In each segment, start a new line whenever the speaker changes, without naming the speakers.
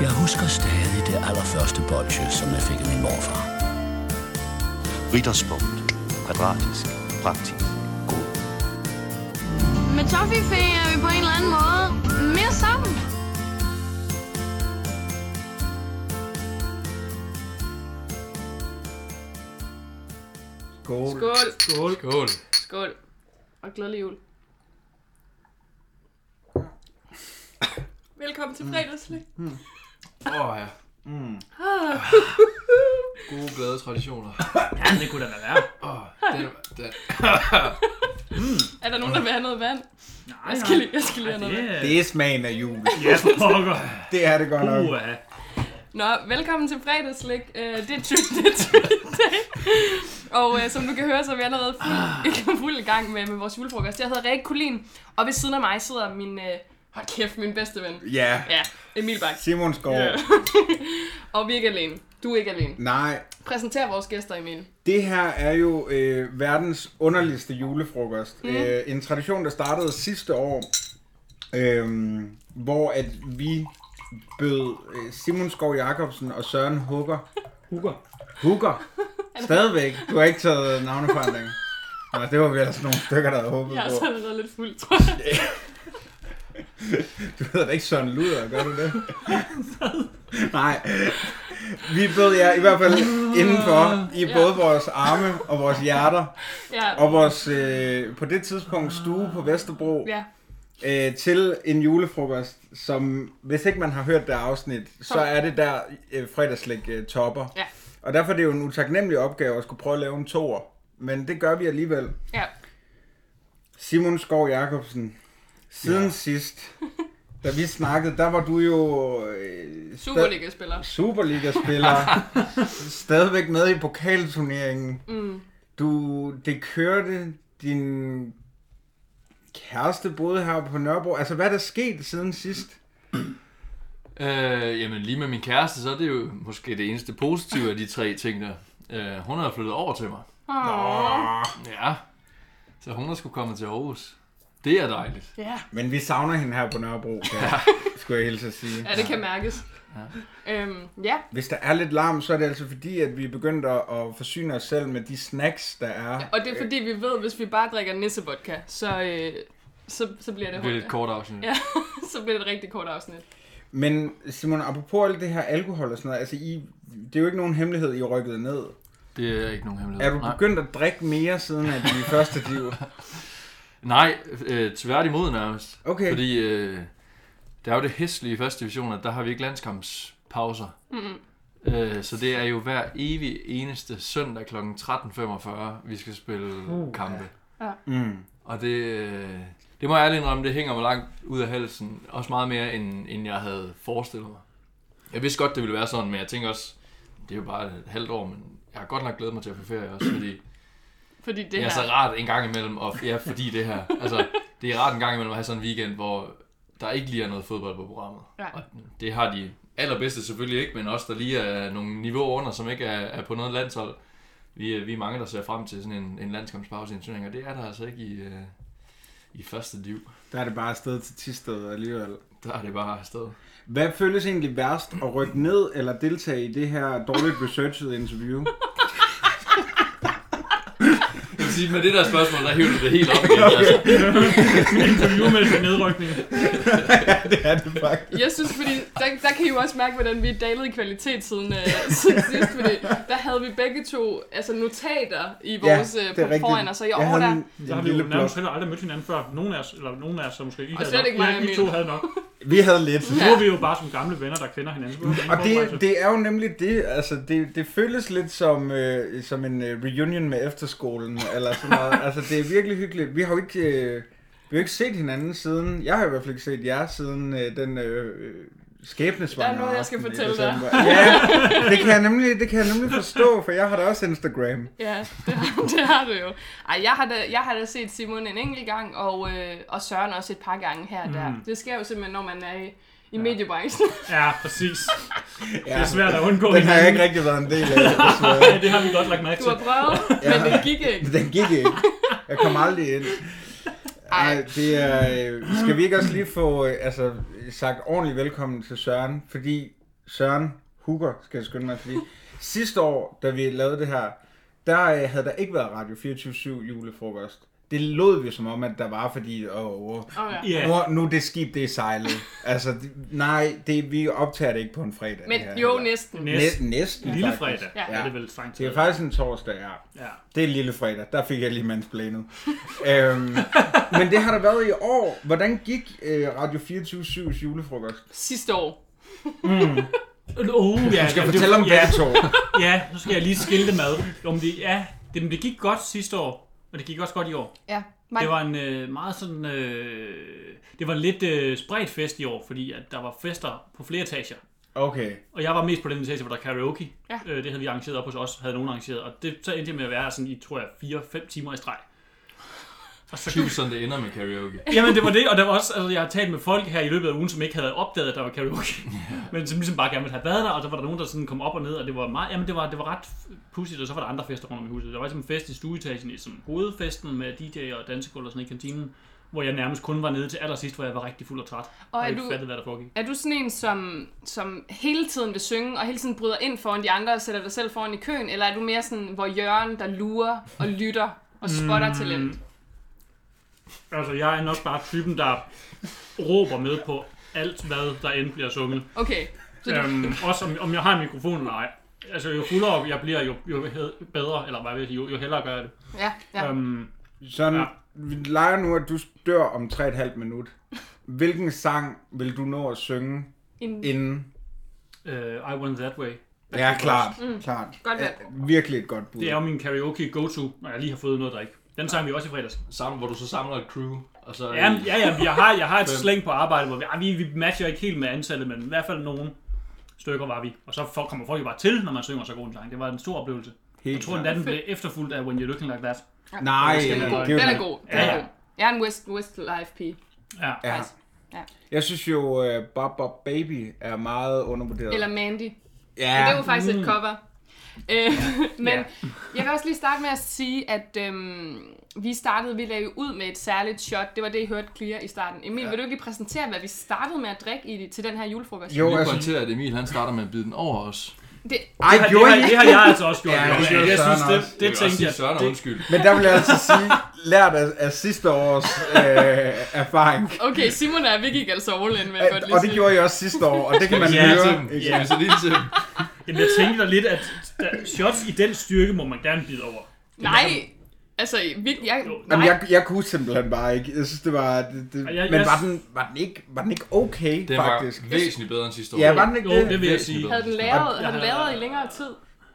Jeg husker stadig det allerførste bolsje, som jeg fik af min morfar.
Ritterspunkt. Kvadratisk. Praktisk. God.
Med Toffifee er vi på en eller anden måde mere sammen.
Skål.
Skål.
Skål.
Skål.
Skål. Og glædelig jul. Velkommen til fredagslæg.
Åh oh, ja.
Mm.
Ah. Gode, glade traditioner.
Ja, det kunne da være værre.
Åh, den, den.
Er der nogen, der vil have noget vand?
Nej,
Jeg skal lige, jeg skal lige have noget vand.
nej.
Det er smagen af jul.
Ja, pokker.
Det er det godt nok.
Uha.
Nå, velkommen til fredagslæg. Øh, det er tyk, det er tyk dag. Og øh, som du kan høre, så er vi allerede fuld, ikke fuld i gang med, med vores julefrokost. Jeg hedder Rikke Kulin, og ved siden af mig sidder min... Øh, hold kæft, min bedste ven.
Ja.
Ja, Emil Bak.
Simon Skov.
Ja. og vi er ikke alene. Du er ikke alene.
Nej,
Præsenter vores gæster, Emil.
det her er jo øh, verdens underligste julefrokost. Mm. Øh, en tradition, der startede sidste år, øh, hvor at vi bød øh, Simon Skov Jacobsen og Søren Hugger.
Hugger.
Hugger. Stadigvæk. Du har ikke taget navneforandring. Nej, det var vi ellers nogle stykker, der havde håbet
Jeg er
på.
altså allerede lidt fuld, tror jeg.
Du hedder da ikke Søren Luder, gør du det? Nej. Vi bød jer i hvert fald indenfor i
Ja.
både vores arme og vores hjerter
Ja.
og vores, øh, på det tidspunkt, stue på Vesterbro
ja.
øh, til en julefrokost, som hvis ikke man har hørt det afsnit, så er det der øh, fredagslæg øh, topper.
Ja.
Og derfor er det jo en utaknemmelig opgave at skulle prøve at lave en toer. Men det gør vi alligevel.
Ja.
Simon Skov Jacobsen, siden ja. sidst, da vi snakkede, der var du jo øh, sta-
Superliga-spiller.
Superliga-spiller, stadigvæk med i pokalturneringen. Mm. Du, det kørte din kæreste boede her på Nørrebro. Altså, hvad er der sket siden sidst?
Øh, jamen lige med min kæreste, så er det jo måske det eneste positive af de tre ting der. Øh, hun er flyttet over til mig.
Åh.
Ja. Så hun er skulle komme til Aarhus. Det er dejligt.
Ja.
Men vi savner hende her på Nørrebro, kan jeg, skulle jeg hilse at sige.
ja, det kan mærkes. Ja. Øhm, ja.
Hvis der er lidt larm, så er det altså fordi, at vi er begyndt at, at forsyne os selv med de snacks, der er.
Og det er fordi, vi ved, hvis vi bare drikker nissevodka, så, øh, så, så bliver det,
Det bliver et kort afsnit.
Ja, så bliver det et rigtig kort afsnit.
Men Simon, apropos alt det her alkohol og sådan noget, altså I, det er jo ikke nogen hemmelighed, I rykkede ned.
Det er ikke nogen hemmelighed.
Er du begyndt at drikke mere siden at vi første liv?
Nej, øh, tværtimod nærmest.
Okay.
Fordi øh, der er jo det hæstlige i første division, at der har vi ikke landskampspauser. Mm-hmm. Øh, så det er jo hver evig eneste søndag kl. 13.45, vi skal spille uh, kampe.
ja. Ja.
Mm. Og det, øh, det må jeg ærligt indrømme, det hænger mig langt ud af halsen. Også meget mere, end, end jeg havde forestillet mig. Jeg vidste godt, det ville være sådan, men jeg tænker også, det er jo bare et halvt år, men jeg har godt nok glædet mig til at få ferie også, fordi
Fordi det
det er
her...
så rart en gang imellem, og ja, fordi det her. Altså, det er rart en gang imellem at have sådan en weekend, hvor der ikke lige er noget fodbold på programmet.
Ja.
Og det har de allerbedste selvfølgelig ikke, men også der lige er nogle niveauer under, som ikke er, er på noget landshold. Vi, er- vi er mange, der ser frem til sådan en, en landskampspause i en turnering, og det er der altså ikke i, øh, i første liv.
Der er det bare afsted til Tisted alligevel.
Der er det bare afsted.
Hvad føles egentlig værst, at rykke ned eller deltage i det her dårligt researchet interview?
Jeg vil sige, med det der spørgsmål, der hiver du det helt op igen. Altså.
Interview med sin nedrykning.
det er det faktisk.
Jeg synes, fordi der, der kan I jo også mærke, hvordan vi dalede i kvalitet siden, øh, siden sidst, fordi der havde vi begge to altså, notater i vores øh, ja, på foran os, og i år der...
en,
Der
en
har vi
lille
jo
blok.
nærmest heller aldrig mødt hinanden før. Nogen af os, eller nogen af os, som måske I
Og slet
nok.
ikke mig og
Ja, I
Emil.
to havde nok.
Vi havde lidt.
Nu er vi jo bare som gamle venner, der kender hinanden.
Og det, det er jo nemlig det, altså det, det føles lidt som, øh, som en øh, reunion med efterskolen, eller sådan noget. altså det er virkelig hyggeligt. Vi har jo ikke, øh, vi har jo ikke set hinanden siden, jeg har i hvert fald ikke set jer siden øh, den øh, skæbnesvangre
Der er noget, jeg skal
aften i
fortælle dig.
december. Ja, det kan, jeg nemlig, det kan jeg nemlig forstå, for jeg har da også Instagram.
Ja, det har, det har du jo. Ej, jeg har, da, jeg har da set Simon en enkelt gang, og, øh, og Søren også et par gange her og der. Mm. Det sker jo simpelthen, når man er i, i ja. mediebranchen.
Ja, præcis. Det
Ja,
er svært at undgå.
den har jeg ikke
hinanden.
rigtig været en del af, desværre.
Ja, det har vi godt lagt mærke
Du
til.
har prøvet,
Ja.
men det gik ikke.
Den gik ikke. Jeg kom aldrig ind. Ej, det er... øh, Skal vi ikke også lige få øh, altså, sagt ordentligt velkommen til Søren? Fordi Søren Hugger, skal jeg skynde mig, fordi sidste år, da vi lavede det her, der øh, havde der ikke været Radio 24-7 julefrokost. Det lod vi som om, at der var, fordi åh, åh,
Oh, ja.
Ja.
nu, nu er det skib, det er sejlet. altså, det- nej, det, vi optager det ikke på en fredag.
Men
det her,
jo,
eller-
næsten.
Næsten.
Næ- næsten
Lille
faktisk.
fredag
Ja.
ja. er det vel strengt
Det er
taget.
faktisk en torsdag, ja.
Ja.
Det er lille fredag. Der fik jeg lige mandsplanet. øhm, men det har der været i år. Hvordan gik øh, Radio 24-7's julefrokost?
Sidste år.
Uh, ja,
Du skal
ja,
fortælle
det,
om
ja,
begge to.
ja, nu skal jeg lige skille det med. Jo, men det, ja, det, men det gik godt sidste år, og det gik også godt i år.
Ja.
Det var en øh, meget sådan... Øh, det var en lidt øh, spredt fest i år, fordi at der var fester på flere etager.
Okay.
Og jeg var mest på den etage, hvor der er karaoke.
Ja.
Øh, det havde vi arrangeret op hos os, havde nogen arrangeret. Og det så endte jeg med at være sådan i, tror jeg, 4-5 timer i streg. Og
Altså,
så,
Typisk sådan, det ender med karaoke.
jamen det var det, og der var også, altså, jeg har talt med folk her i løbet af ugen, som ikke havde opdaget, at der var karaoke. Men som ligesom bare gerne ville have været der, og så var der nogen, der sådan kom op og ned, og det var meget, jamen det var, det var ret pudsigt, og så var der andre fester rundt om i huset. Der var ligesom en fest i stueetagen, i som hovedfesten med DJ og dansegulv og sådan i kantinen, hvor jeg nærmest kun var nede til allersidst, hvor jeg var rigtig fuld og træt.
Og er
ikke
du-
fattede, hvad der foregik.
Er du sådan en, som, som hele tiden vil synge, og hele tiden bryder ind foran de andre og sætter dig selv foran i køen? Eller er du mere sådan, hvor Jørgen, der lurer og lytter og spotter mm. talent?
Altså, jeg er nok bare typen, der råber med på alt, hvad der end bliver sunget.
Okay. Så du,
Øhm, også om, om jeg har en mikrofon eller ej. Altså, jo fuldere jeg bliver, jo, jo he- bedre, eller hvad vil jeg sige, jo, jo hellere gør jeg det.
ja, ja.
Øhm,
Sådan,
Ja.
vi leger nu, at du dør om 3,5 minut. Hvilken sang vil du nå at synge
En,
inden?
øh, I went that way.
Ja, klart. Mm. klart.
Godt valg.
Ja, virkelig et godt bud.
Det er jo min karaoke go-to, når jeg lige har fået noget drik. Den sang vi også i fredags.
Sammen, hvor du så samler et crew, og så...
Ja,
øh,
ja, ja jeg, har, jeg har et
Fem.
slæng på arbejde, hvor vi, ah, vi, vi matcher ikke helt med antallet, men i hvert fald nogen stykker var vi. Og så for, kommer folk jo bare til, når man synger så god en sang. Det var en stor oplevelse.
Helt
Jeg tror,
klart.
den blev efterfulgt af When You're Looking Like That.
Nej,
den er god.
det
Den
er
er
jo-
god. Den er
Ja.
god. Jeg er en West, Westlife pige.
Ja.
Ja.
Ja.
Jeg synes jo, uh, Bob Bob Baby er meget undervurderet.
Eller Mandy.
ja.
Men det er jo faktisk
Mm.
et cover. Øh, men jeg vil også lige starte med at sige, at øhm, vi startede, vi lavede jo ud med et særligt shot. Det var det, I hørte clear i starten. Emil, ja. vil du ikke lige præsentere, hvad vi startede med at drikke i, til den her julefrokost?
Jo,
Vi
altså,
pointerer, at Emil han starter med at bide den over os.
Det,
ej,
Det har, det,
gjorde
har,
I
det har jeg altså også gjort.
Ja,
Ja,
det gjorde
jeg, jeg
Søren
synes, det,
også.
det tænkte jeg.
Søren,
det-
undskyld.
Men der vil jeg altså sige, lært af, af sidste års øh, erfaring.
okay, Simon og vi gik altså all in, vil jeg godt lige
Øh, Og det
sige.
gjorde jeg også sidste år, og det kan man
Ja,
høre.
Tim,
ikke?
skal vi så lige til dem?
Jamen, jeg tænkte da lidt, at der, shots i den styrke må man gerne bide over.
Nej, altså, vi, jeg,
Jo,
nej.
Jamen, jeg, jeg kunne simpelthen bare ikke. Jeg synes, det var... Det, det,
Og jeg-
men
jeg-
var den, var, den ikke, var den ikke okay,
Den var
faktisk?
væsentligt bedre end sidste år.
Ja, var den ikke
Jo,
det?
det vil jeg sige.
havde den
Jeg
lavet, havde den
havde-
lavet i længere tid.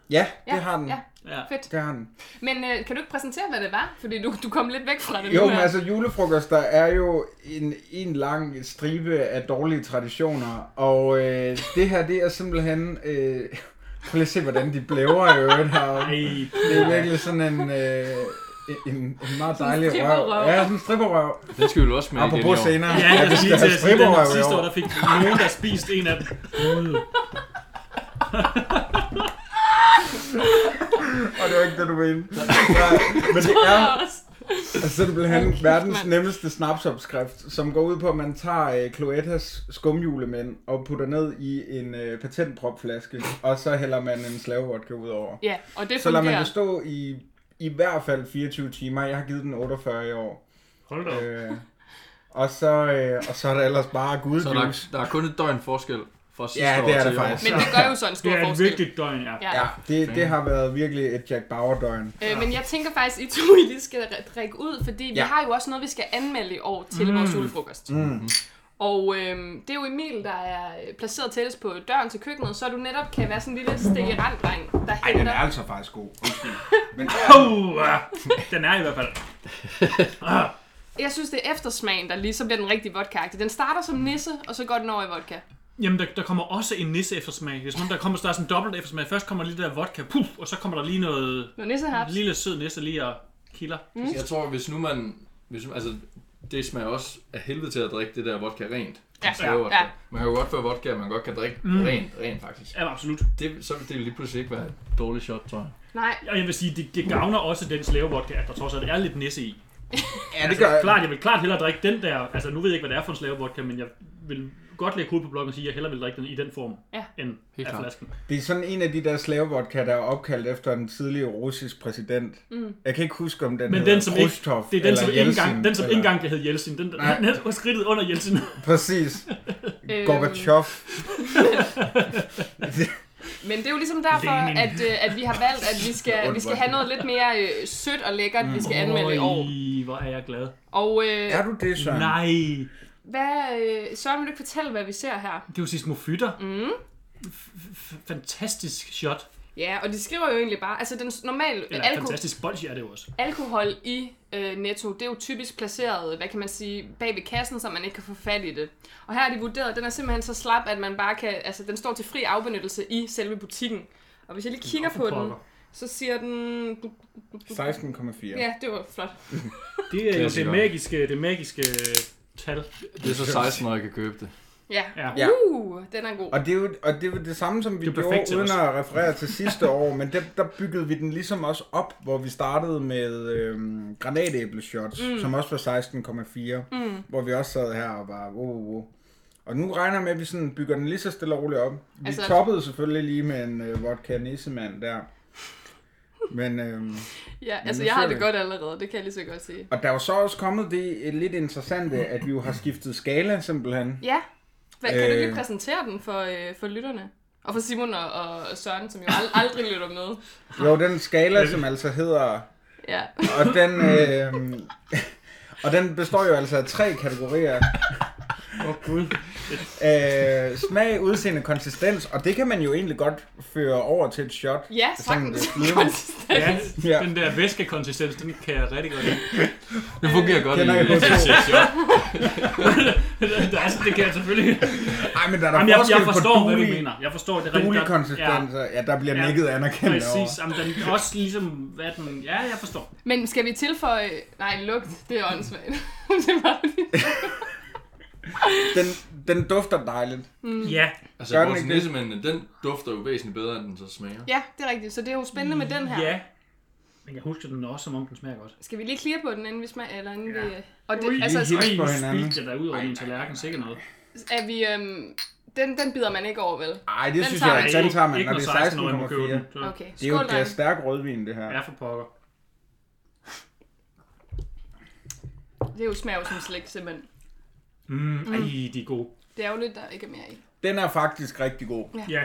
Ja, det har den.
Ja,
Ja.
fedt.
Det har den.
Men øh, kan du ikke præsentere, hvad det var? Fordi du, du kom lidt væk fra det
Jo,
nu
men
her.
altså julefrokost, der er jo en, en lang stribe af dårlige traditioner, og øh, det her, det er simpelthen... Øh, prøv lige at se, hvordan de blæver i øvrigt her.
Ej,
Det er virkelig sådan en, øh, en, en meget dejlig
en
røv.
stripperøv.
Ja, sådan en stripperøv.
Den skal vi jo også med igen i
Apropos
år.
senere.
Ja, jeg
vi
skal
skal
lige til
have
at sige,
stripperøv
den
i
sidste år,
år.
der fik nogen, der spiste en af dem.
Og det var ikke det, du mente. Nej, Men det er Altså simpelthen verdens
mand.
nemmeste snapsopskrift, som går ud på, at man tager øh, Cloettas skumjulemænd og putter ned i en øh, patentpropflaske, og så hælder man en slavevodka ud over.
Ja, og det
Så lader man
fungerer.
det stå i i hvert fald 24 timer. Jeg har givet den 48 i år.
Hold da op.
Øh, og, så, øh, og så er der ellers bare
Så der,
gudjuice.
der er kun et døgn forskel fra sidste
Ja,
år
det er
til
der
i år.
faktisk.
Men det gør jo sådan en stor
Det er et
forskel.
vigtigt døgn, ja.
Ja.
Ja, det, det har været virkelig et Jack Bauer-døgn.
Øh, men jeg tænker faktisk, I to I lige skal re- drikke ud, fordi vi
Ja.
har jo også noget, vi skal anmelde i år til mm. vores julefrokost. Mm.
Mm-hmm.
Og øh, det er jo Emil, der er øh, placeret tættest på døren til køkkenet, så du netop kan være sådan en lille stikkeranddreng, der
Ej, den
henter...
er altså faktisk god. Undskyld. Men
Uh, ah, den er i hvert fald. Ah.
Jeg synes, det er eftersmagen, der ligesom bliver den rigtige vodka Den starter som nisse, og så går den over i vodka.
Jamen, der, der kommer også en nisse eftersmag. Det er som om, der kommer der er sådan en dobbelt eftersmag. Først kommer lige det der vodka, puff, og så kommer der lige noget
Når nisse har
lille sød nisse lige og kilder.
Jeg tror, hvis nu man... Hvis, altså, det smager også af helvede til at drikke det der vodka rent.
Ja,
Ja,
ja, ja.
Man kan jo godt få vodka, man godt kan drikke mm. rent, rent faktisk.
Ja, absolut.
Det, så vil det jo lige pludselig ikke være et dårligt shot, tror jeg.
Nej,
Og jeg vil sige, det, det gavner også den slavevodka, at der trods alt er lidt nisse i.
Ja, det gør jeg.
Klart, jeg vil klart hellere drikke den der, altså nu ved jeg ikke, hvad det er for en slavevodka, men jeg vil godt lægge hovedet på blokken og sige, at jeg hellere vil drikke den i den form,
Ja.
end
Helt
af
klart.
flasken.
Det er sådan en af de der slavevodka, der er opkaldt efter en tidligere russisk præsident. Mm. Jeg kan ikke huske, om den
Men
hedder
den, som ikke,
Khrushchev
det er den,
eller
som ikke
Jeltsin,
engang, den, som ikke
eller-
engang kan hedde Jeltsin. Den, den,
Nej.
den er skridtet under Jeltsin.
Præcis.
Øhm,
Gorbachev.
Men det er jo ligesom derfor,
Lenin.
at, øh, at vi har valgt, at vi skal, vi skal have noget lidt mere øh, sødt og lækkert, vi skal anmelde i år.
Mm. Oj, hvor er jeg glad.
Og øh,
Er du det, Søren?
Nej,
hvad, øh, Søren, vil du ikke fortælle, hvad vi ser her?
det er jo sismofytter. Mm. Fantastisk shot.
Ja, og de skriver jo egentlig bare, altså den s- normale
Eller
alko-
fantastisk bolsje er det jo også.
alkohol i øh, Netto, det er jo typisk placeret, hvad kan man sige, bag ved kassen, så man ikke kan få fat i det. Og her er de vurderet, at den er simpelthen så slap, at man bare kan, altså den står til fri afbenyttelse i selve butikken. Og hvis jeg lige kigger
Nå,
på
for
den,
pokker.
så siger den...
16,4.
Ja, det var flot.
Det er jo det
Klassiker.
magiske, det magiske øh, tal.
Det er så 16 år, jeg kan købe det.
Ja.
Ja.
Ja.
Uh, den er god.
Og det er, jo, og det er jo det samme, som vi
Det er
gjorde,
perfekt til
uden
os.
at referere til sidste år, men der, der byggede vi den ligesom også op, hvor vi startede med øhm, granatæbleshots, mm. som også var 16,4, mm. hvor vi også sad her og var, wow, wow, wow. Og nu regner jeg med, at vi sådan bygger den lige så stille og roligt op. Vi
Altså-
altså, toppede selvfølgelig lige med en øh, vodka nissemand der. Men, øhm,
Ja, altså
nu
jeg har
ser
det
vi.
godt allerede, det kan jeg lige så godt sige.
og der er jo så også kommet det øh, lidt interessante, at vi jo har skiftet skala simpelthen.
Ja, Hvad, kan du ikke lige
Øh.
præsentere den for, øh, for lytterne? Og for Simon og, og Søren, som jo ald- aldrig lytter med.
Jo, den skala, som altså hedder
Ja.
Og den, øh, og den består jo altså af tre kategorier.
Åh oh, gud.
Øh, smag, udseende, konsistens, og det kan man jo egentlig godt føre over til et shot.
Ja,
Sådan,
sagtens.
øh,
Konsistent.
Ja,
Ja.
den der væskekonsistens, den kan jeg rigtig godt lide.
Det fungerer godt.
Kender
i-
jeg godt to.
altså, det kan jeg selvfølgelig.
Ej, men der er
Jamen,
der
jeg,
forskel
jeg forstår,
på
hvad du
dulig-
mener. Jeg forstår det rigtigt.
dulig
godt.
konsistenser. Ja, der bliver
Ja.
nikket
Ja,
anerkendt over.
præcis. Jamen, den er også ligesom, hvad den... Ja, jeg forstår.
Men skal vi tilføje... Nej, lugt, det er åndssvagt. det er bare
Den, den dufter dejligt.
Mm.
Ja,
Altså,
Gør den
vores
ikke det?
nissemændene, den dufter jo væsentligt bedre, end den så smager.
Ja, det er rigtigt. Så det er jo spændende med den her.
ja. Men jeg husker den også, som om den smager godt.
Skal vi lige clear på den, inden vi smager... Eller inden vi... Og
Ui,
det, altså,
det er helt-
Ej, nu
på hinanden.
spildte jeg dig ud over min tallerken, sikkert noget.
er vi... Øhm, den, den bider man ikke over, vel?
Ej, det
Den
synes
tager
jeg,
man
den
Ikke-
tager man,
ikke
når det er
16-årig må købe
16,4.
den. Så
Okay,
Det er jo
skål,
det er
drenge.
stærk rødvin, det her.
Ja, for pokker.
Det er jo smager jo som slik, simpelthen.
Mm, ej, de er gode.
Det er jo lidt, der ikke er mere i.
Den er faktisk rigtig god.
Ja.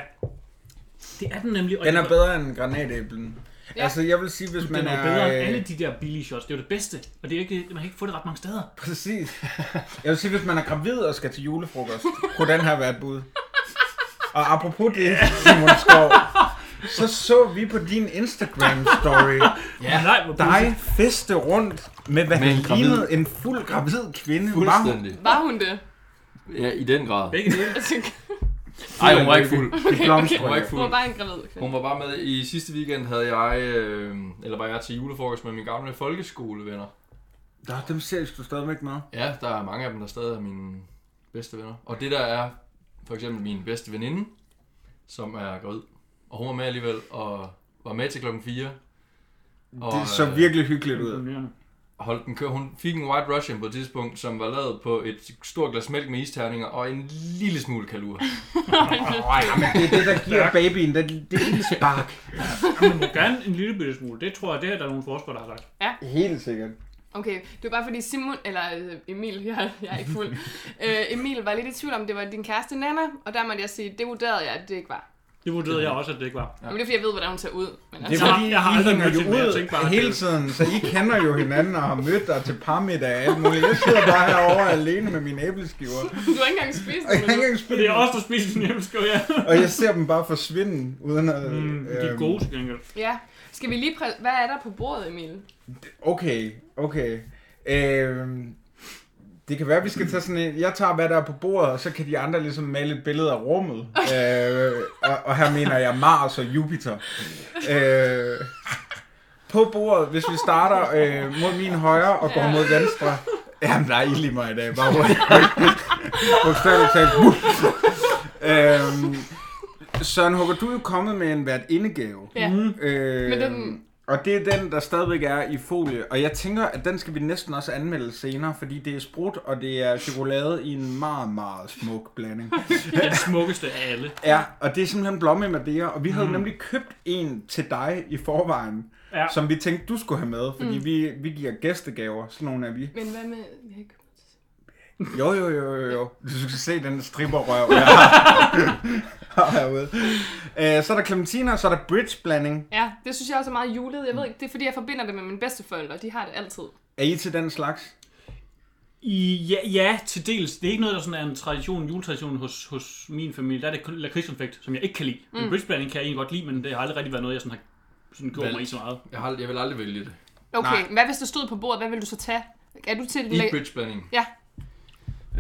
Det er den nemlig. og
Den
jeg-
er bedre end granatæblen.
Ja.
Altså, jeg vil sige, hvis
Den
man
er
er...
jo bedre end
øh,
alle de der billige shots. Det er jo det bedste. Og det er ikke, man kan ikke få det ret mange steder.
Præcis. Jeg vil sige, hvis man er gravid og skal til julefrokost, kunne den her være et bud. Og apropos det, Simon Skov, så så vi på din Instagram-story
Ja. Nej, hvor
dig feste rundt med, hvad
Med
der
en gravid.
lignede en fuld gravid kvinde. Var
Fuldstændig.
Var hun det?
Ja, i den grad.
Begge dele.
Altså,
Nej, hun var ikke fuld.
Det blomstrede.
Hun var ikke
hun
fuld.
var bare en gravid kvinde.
Hun var bare med. I sidste weekend havde jeg, øh, eller var jeg til julefrokost med mine gamle folkeskolevenner.
Nå, dem ser du stadigvæk med.
Ja, der er mange af dem, der stadig er mine bedste venner. Og det der er for eksempel min bedste veninde, som er gravid. Og hun var med alligevel, og var med til klokken 4. Og,
Det så
øh,
virkelig hyggeligt ud.
holdt den kør. Hun fik en White Russian på et tidspunkt, som var lavet på et stort glas mælk med isterninger og en lille smule kalur.
Nej, men det er det, der giver babyen det, det lille spark.
Man må gerne en lille bitte smule. Det tror jeg, det er der nogle forskere, der har sagt.
Helt sikkert.
Okay, det var bare fordi Simon, eller øh, Emil, jeg, jeg er ikke fuld, øh, Emil var lidt i tvivl om, det var din kæreste Nana, og der måtte jeg sige, det vurderede jeg, at det ikke var.
Det vurderede jeg også, at det ikke var.
Ja. Men det er fordi, jeg ved, hvordan hun ser ud. Men
Det
altså,
er
var-
fordi,
Jeg har
I
aldrig
hænger
mødt
jo
hende, jeg
ud
tænkte bare,
hele
det-
tiden, så I kender jo hinanden og har mødt dig til parmiddag og alt muligt. Jeg sidder bare herovre alene med mine æbleskiver,
du har ikke engang spist
og jeg
den
har ikke
endnu.
engang
Og
spist
det er
dem.
også der spiser den hjemme, skal jeg.
og jeg ser dem bare forsvinde, uden at... øhm,
Mm, de er gode til gengæld.
Ja. Skal vi lige præ- Hvad er der på bordet, Emil?
Okay, okay. Øhm, det kan være, vi skal tage sådan en... Jeg tager, hvad der er på bordet, og så kan de andre ligesom male et billede af rummet. Øh, og, og her mener jeg Mars og Jupiter. Øh, på bordet, hvis vi starter øh, mod min højre og går mod venstre... Jamen, der er ild i mig i dag. Bare roligt. Bogstaveligt talt. øhm, Søren Hugger, du er jo kommet med en vært indegave.
Ja.
Øh,
Men den-
Og det er den, der stadigvæk er i folie. Og jeg tænker, at den skal vi næsten også anmelde senere, fordi det er sprut, og det er chokolade i en meget, meget smuk blanding.
Den smukkeste af alle.
Ja, og det er simpelthen blomme Madeira, og vi havde mm. nemlig købt en til dig i forvejen,
Ja.
ja. som vi tænkte, du skulle have med, fordi mm. vi, vi giver gæstegaver, sådan nogle er vi.
Men hvad med... Vi har ikke købt det.
Jo, jo, jo, jo, jo. Du skal se den stripperrøv, jeg har, har herude. Øh, så er der clementiner, og så er der bridge-blanding.
Ja, det synes jeg også er meget julet. Jeg ved ikke, det er fordi, jeg forbinder det med mine bedsteforældre, og de har det altid.
Er I til den slags?
I, ja, ja, til dels. Det er ikke noget, der sådan er en tradition, en juletradition hos, hos min familie. Der er det kun lakridskonfekt, som jeg ikke kan lide. Mm. Men bridgeblanding kan jeg egentlig godt lide, men det har aldrig rigtig været noget, jeg sådan har sådan gjort
Valgt.
mig i så meget.
Jeg, har, jeg vil aldrig vælge det.
Okay,
Nej.
hvad hvis det stod på bordet? Hvad vil du så tage? Er du til...
I
la-
bridgeblanding.
Ja.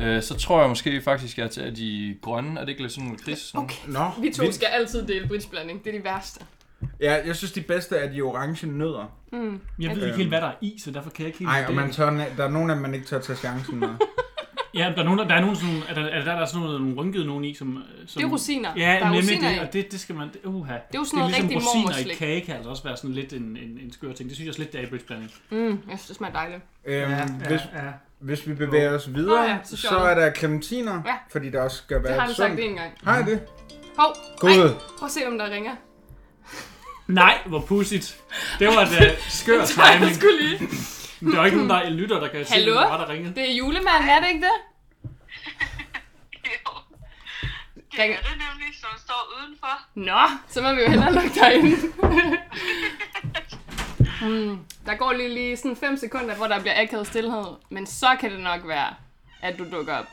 Øh, så tror jeg måske faktisk, jeg er til at de grønne. Er det ikke lidt sådan en kris?
Okay.
Nå,
Vi to skal altid dele bridgeblanding. Det er de værste.
Ja, jeg synes, de bedste er de orange nødder.
Mm.
Jeg ved
Øhm.
ikke helt, hvad der er i, så derfor kan jeg ikke helt...
Nej, og
det-
man tør, der er nogen af dem, man ikke tør tage chancen med.
Ja, der er nogen, der er nogen sådan, er der, er der, der er sådan noget, nogle rynkede nogen i, som... øh, som
Det er rosiner.
Ja,
der er
nemlig
rosiner
det,
i.
og det, det skal man... Uha. Det
jo sådan noget
ligesom
rigtig
rosiner i
mormorslik.
kage, kan altså også være sådan lidt en, en, en skør ting. Det synes jeg også lidt, det er i bridgeblanding.
Mm, jeg synes, det smager dejligt.
Øhm, ja, ja. Hvis,
ja.
hvis vi bevæger os videre,
Nå ja, så
så,
sjovt.
så er der clementiner,
Ja.
ja. fordi der også skal være
Det har du
sundt.
sagt en gang.
Har jeg det?
Hov,
God.
ej, prøv at se, hvem der ringer.
Nej, hvor pudsigt. Det var da skør
Jeg
timing.
skulle lige.
Der er ikke nogen, der er lytter, der kan se,
Hallo?
hvem det var, der ringede.
Det er julemanden, er det ikke det?
Jo. Det
Ringer.
er det nemlig, som står udenfor.
Nå, så må vi jo hellere lukke dig ind. mm, der går lige, lige sådan 5 sekunder, hvor der bliver akavet stillhed, men så kan det nok være, at du dukker op.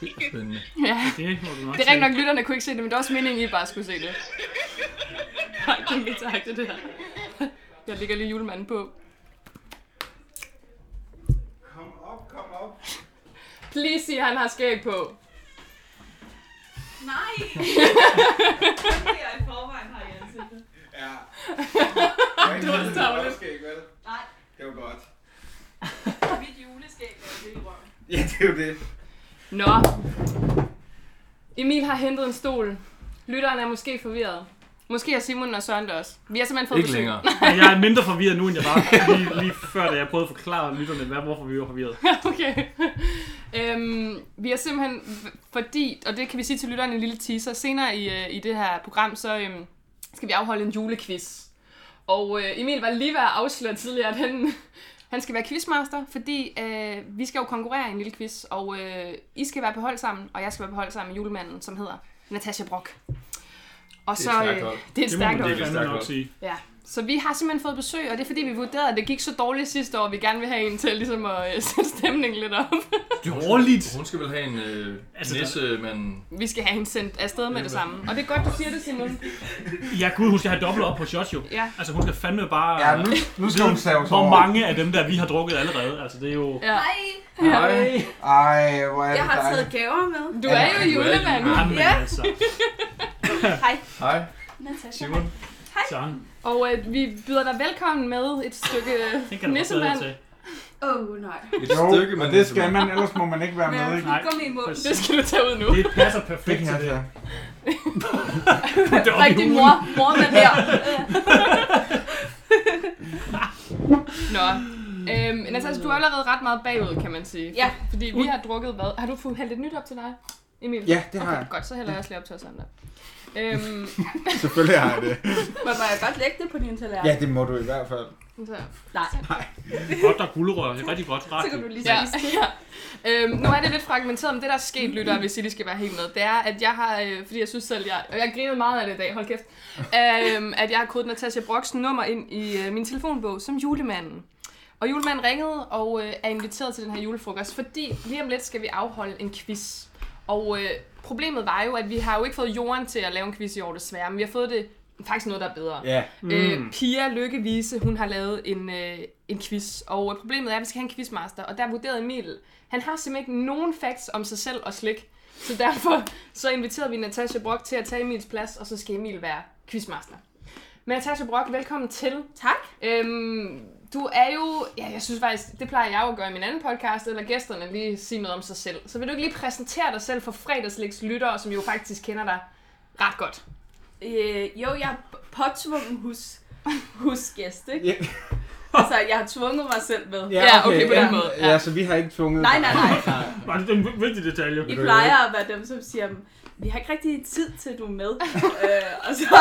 Det er spændende.
Ja,
Det må du nok
det er rigtigt nok, lytterne kunne ikke se det, men det var også meningen, I bare skulle se det. Nej, kæmpe tak til det her. Jeg ligger lige julemanden på.
Kom op, kom op.
Please sig, han har skæg på.
Nej! det er jeg i forvejen har i ansigtet.
Ja.
Det var så tarveligt.
Nej,
Det var godt.
mit juleskæg er det i røven.
Ja, det er jo det.
Nå. Emil har hentet en stol. Lytteren er måske forvirret. Måske er Simon og Søren det også. Vi har simpelthen fået
Ikke
besøg.
længere.
Men jeg er mindre forvirret nu, end jeg var lige, lige før, da jeg prøvede at forklare lytterne, hvad, hvorfor vi var forvirret.
okay. øhm, vi er simpelthen, f- fordi, og det kan vi sige til lytteren en lille teaser, senere i, øh, i det her program, så øhm, skal vi afholde en julequiz. Og øh, Emil var lige ved at afsløre tidligere, at han, han skal være quizmaster, fordi øh, vi skal jo konkurrere i en lille quiz, og øh, I skal være på hold sammen, og jeg skal være på hold sammen med julemanden, som hedder Natasha Brock. Og
Det
så,
er stærkt
øh,
hold.
det er et
Det må
stærkt
man
hold.
virkelig
fandme
stærkt
nok
hold.
sige.
Ja, så vi har simpelthen fået besøg, og det er fordi, vi vurderede, at det gik så dårligt sidste år, at vi gerne vil have en til ligesom at øh, sætte stemningen lidt op.
Dårligt.
Hun skal vel have en øh,
Altså,
altså,
der-
nisse, men...
Vi skal have hende sendt afsted med det samme. Og det er godt, du siger det, Simon.
Ja, gud, hun skal have dobbelt op på shots jo.
Ja.
Altså, hun skal fandme bare...
Ja, nu, nu skal hun saves
Hvor
over.
mange af dem der, vi har drukket allerede. Altså, det er jo...
Ja.
Nej,
Ej, ej hvor er
jeg
det
har
dejligt.
taget gaver med.
Du er jo julemand.
Jamen,
Ja.
altså.
Hej,
Hej,
Natasha.
Simon.
Sådan.
Og øh, vi byder dig velkommen med et stykke
Det kan
øh,
du også
nissemand.
være til.
Åh, oh, nej.
Et
Jo,
stykke,
og
men
det skal man, ellers må man ikke være med. Ikke?
Nej.
Kom i munden.
Det skal du tage ud nu.
Det passer
Det
perfekt
kan
til
jeg
det.
tage.
Det er op i
Rigtig
hulen.
mor, mor med der.
Nå. Øhm, Natasha, du er allerede ret meget bagud, kan man sige.
Ja.
Fordi vi har drukket hvad? Har du fået hældt et nyt op til dig, Emil?
Ja, det har
okay,
jeg.
Godt, så hælder jeg også lige op til os andre. Øhm,
Selvfølgelig har jeg det.
Må må jeg godt lægge det på din tallerken?
Ja, det må du i hvert fald.
så.
Nej.
Godt, der er gulerør. Det er rigtig godt. Rart.
Så kan du lige
Ja,
spise.
ja. Øhm, nu er det lidt fragmenteret, men det der er sket, lytter, hvis I lige skal være helt med, det er, at jeg har, øh, fordi jeg synes selv, jeg, og jeg grinede meget af det i dag, hold kæft, øhm, at jeg har kodet Natasha Brocksen nummer ind i øh, min telefonbog som julemanden. Og julemanden ringede og øh, er inviteret til den her julefrokost, fordi lige om lidt skal vi afholde en quiz. Og øh, problemet var jo, at vi har jo ikke fået jorden til at lave en quiz i år, desværre, men vi har fået det faktisk noget, der er bedre.
Ja.
Mm. Øh, Pia Lykkevise, hun har lavet en, øh, en quiz, og øh, problemet er, at vi skal have en quizmaster, og der vurderede Emil, han har simpelthen ikke nogen facts om sig selv og slik, så derfor så inviterede vi Natasha Brock til at tage Emils plads, og så skal Emil være quizmaster. Men Natasha Brock, velkommen til.
Tak.
Øhm, du er jo, ja, jeg synes faktisk, det plejer jeg jo at gøre i min anden podcast, eller gæsterne lige sige noget om sig selv. Så vil du ikke lige præsentere dig selv for fredagslægs lyttere, som jo faktisk kender dig ret godt?
Øh, jo, jeg er p- påtvungen hus. husgæst, ikke?
Ja,
Altså, jeg har tvunget mig selv med.
Ja, okay, på den
ja,
måde,
Ja.
ja.
ja, så vi har ikke tvunget
Nej, nej, nej.
Var det en vigtig detalje?
I
du hvad?
plejer at være dem, som siger, vi har ikke rigtig tid til, at du er med. øh, og så,